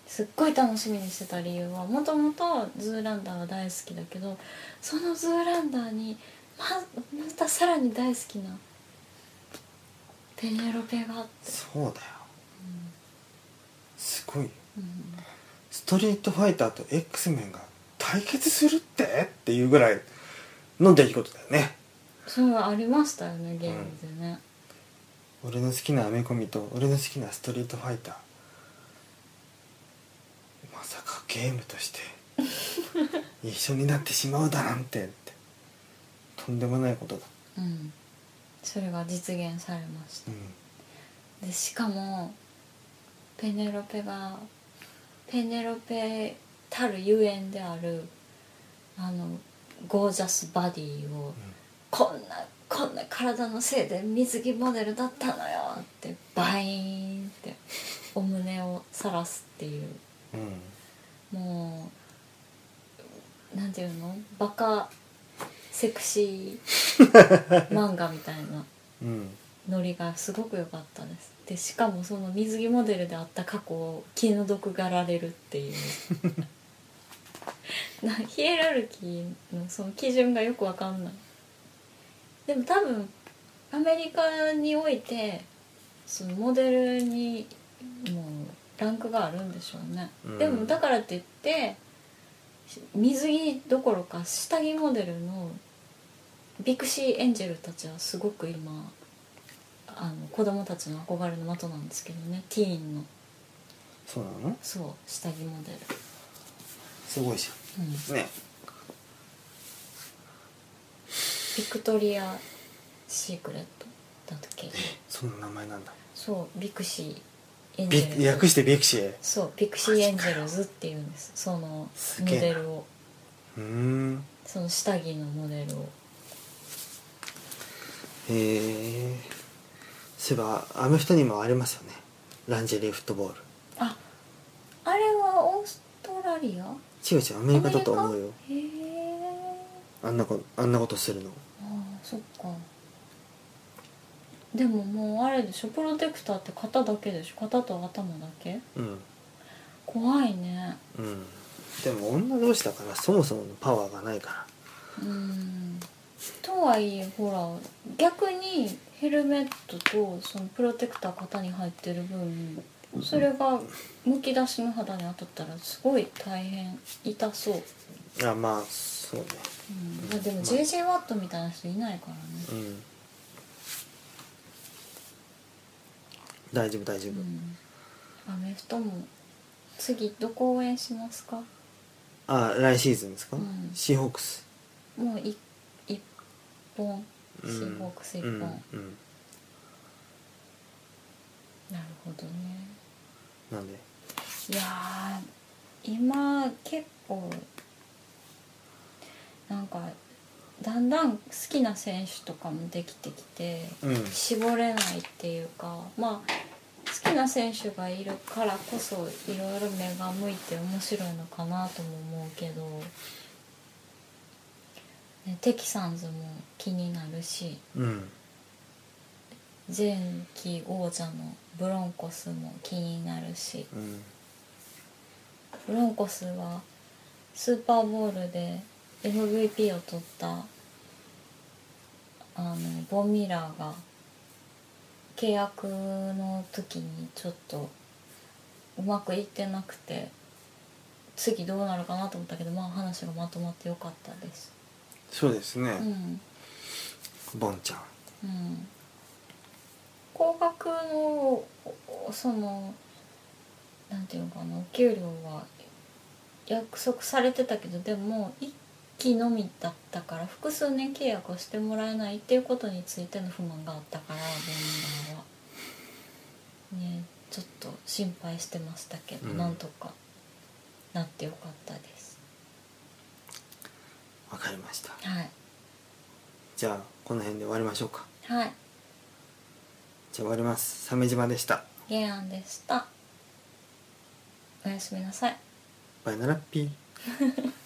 Speaker 1: すっごい楽しみにしてた理由はもともとズーランダーは大好きだけどそのズーランダーにままたさらに大好きなペネロペがあって、
Speaker 2: そうだよすごいよ
Speaker 1: うん
Speaker 2: ストリートファイターと X メンが対決するってっていうぐらいの出来事だよね
Speaker 1: それはありましたよねゲームでね、
Speaker 2: 俺の好きなアメコミと俺の好きなストリートファイターまさかゲームとして一緒になってしまうだなんてってとんでもないことだ
Speaker 1: うん、それが実現されまし
Speaker 2: う
Speaker 1: た
Speaker 2: ん
Speaker 1: でしかもペネロペがペネロペたるゆえんであるあのゴージャスバディをこんなこんな体のせいで水着モデルだったのよってバイーンってお胸を晒すっていう
Speaker 2: うん
Speaker 1: もうなんていうのバカセクシー漫画みたいな
Speaker 2: うんうん
Speaker 1: ノリがすごく良かったですでしかもその水着モデルであった過去を気の毒がられるっていうな ヒエラルキーのその基準がよくわかんないでも多分アメリカにおいてそのモデルにもうランクがあるんでしょうね、
Speaker 2: うん
Speaker 1: でもだからって言ってし水着どころか下着モデルのビクシーエンジェルたちはすごく今あの子供たちの憧れの的なんですけどねティーンの
Speaker 2: そうなの
Speaker 1: そう下着モデル、
Speaker 2: すごいじ
Speaker 1: うん、
Speaker 2: ゃんね
Speaker 1: ビクトリア・シークレットだっけ
Speaker 2: そんな名前なんだ
Speaker 1: そうビクシーエンジ
Speaker 2: ビ
Speaker 1: ェルズ
Speaker 2: 略してビクシー
Speaker 1: そうビクシーエンジェルズっていうんですその
Speaker 2: す
Speaker 1: モ
Speaker 2: げえな
Speaker 1: デルを
Speaker 2: うーん
Speaker 1: その下着のモデルを
Speaker 2: へえそういえばアメフトにもありますよねランジェリーフットボール
Speaker 1: ああれはオーストラリア
Speaker 2: 違う違うアメリカだと思うよ
Speaker 1: へえ
Speaker 2: あんなことあんなことするの
Speaker 1: ああそっかでももうあれでしょプロテクターって肩だけでしょ肩と頭だけ
Speaker 2: うん
Speaker 1: 怖いね
Speaker 2: うんでも女同士だからそもそものパワーがないか
Speaker 1: う
Speaker 2: ら
Speaker 1: んとはいえほら逆にヘルメットとそのプロテクター肩に入ってる分それがむき出しの肌に当たったらすごい大変痛そう、
Speaker 2: あまあそうね
Speaker 1: うんまあ、でも JJ ワットみたいな人いないからね、
Speaker 2: うん大丈夫大丈
Speaker 1: う
Speaker 2: 夫、
Speaker 1: ん、アメフトも次どこ応援しますか
Speaker 2: あ来シーズンですか、
Speaker 1: うん
Speaker 2: シーホークス
Speaker 1: もうい一本
Speaker 2: うん
Speaker 1: シーホークス一本、
Speaker 2: うん、うん、
Speaker 1: なるほどね
Speaker 2: なんで
Speaker 1: いやー今結構なんかだんだん好きな選手とかもできてきて
Speaker 2: うん
Speaker 1: 絞れないっていうかまあ好きな選手がいるからこそいろいろ目が向いて面白いのかなとも思うけど、ね、テキサンズも気になるし
Speaker 2: うん
Speaker 1: 前期王者のブロンコスも気になるし
Speaker 2: うん
Speaker 1: ブロンコスはスーパーボウルで MVP を取ったあのボン・ミラーが契約の時にちょっとうまくいってなくて次どうなるかなと思ったけどまあ話がまとまってよかったです。
Speaker 2: そうですね、
Speaker 1: うん
Speaker 2: ボンちゃん
Speaker 1: うん高額のおそのなんていうのかなお給料は約束されてたけどでも1期のみだったから複数年契約をしてもらえないっていうことについての不満があったからベンダーはねちょっと心配してましたけど、
Speaker 2: うん
Speaker 1: なんとかなってよかったです
Speaker 2: わかりました
Speaker 1: はい
Speaker 2: じゃあこの辺で終わりましょうか
Speaker 1: はい
Speaker 2: じゃあ終わります鮫島でした
Speaker 1: ゲアンでしたおやすみなさい
Speaker 2: バイナラッピー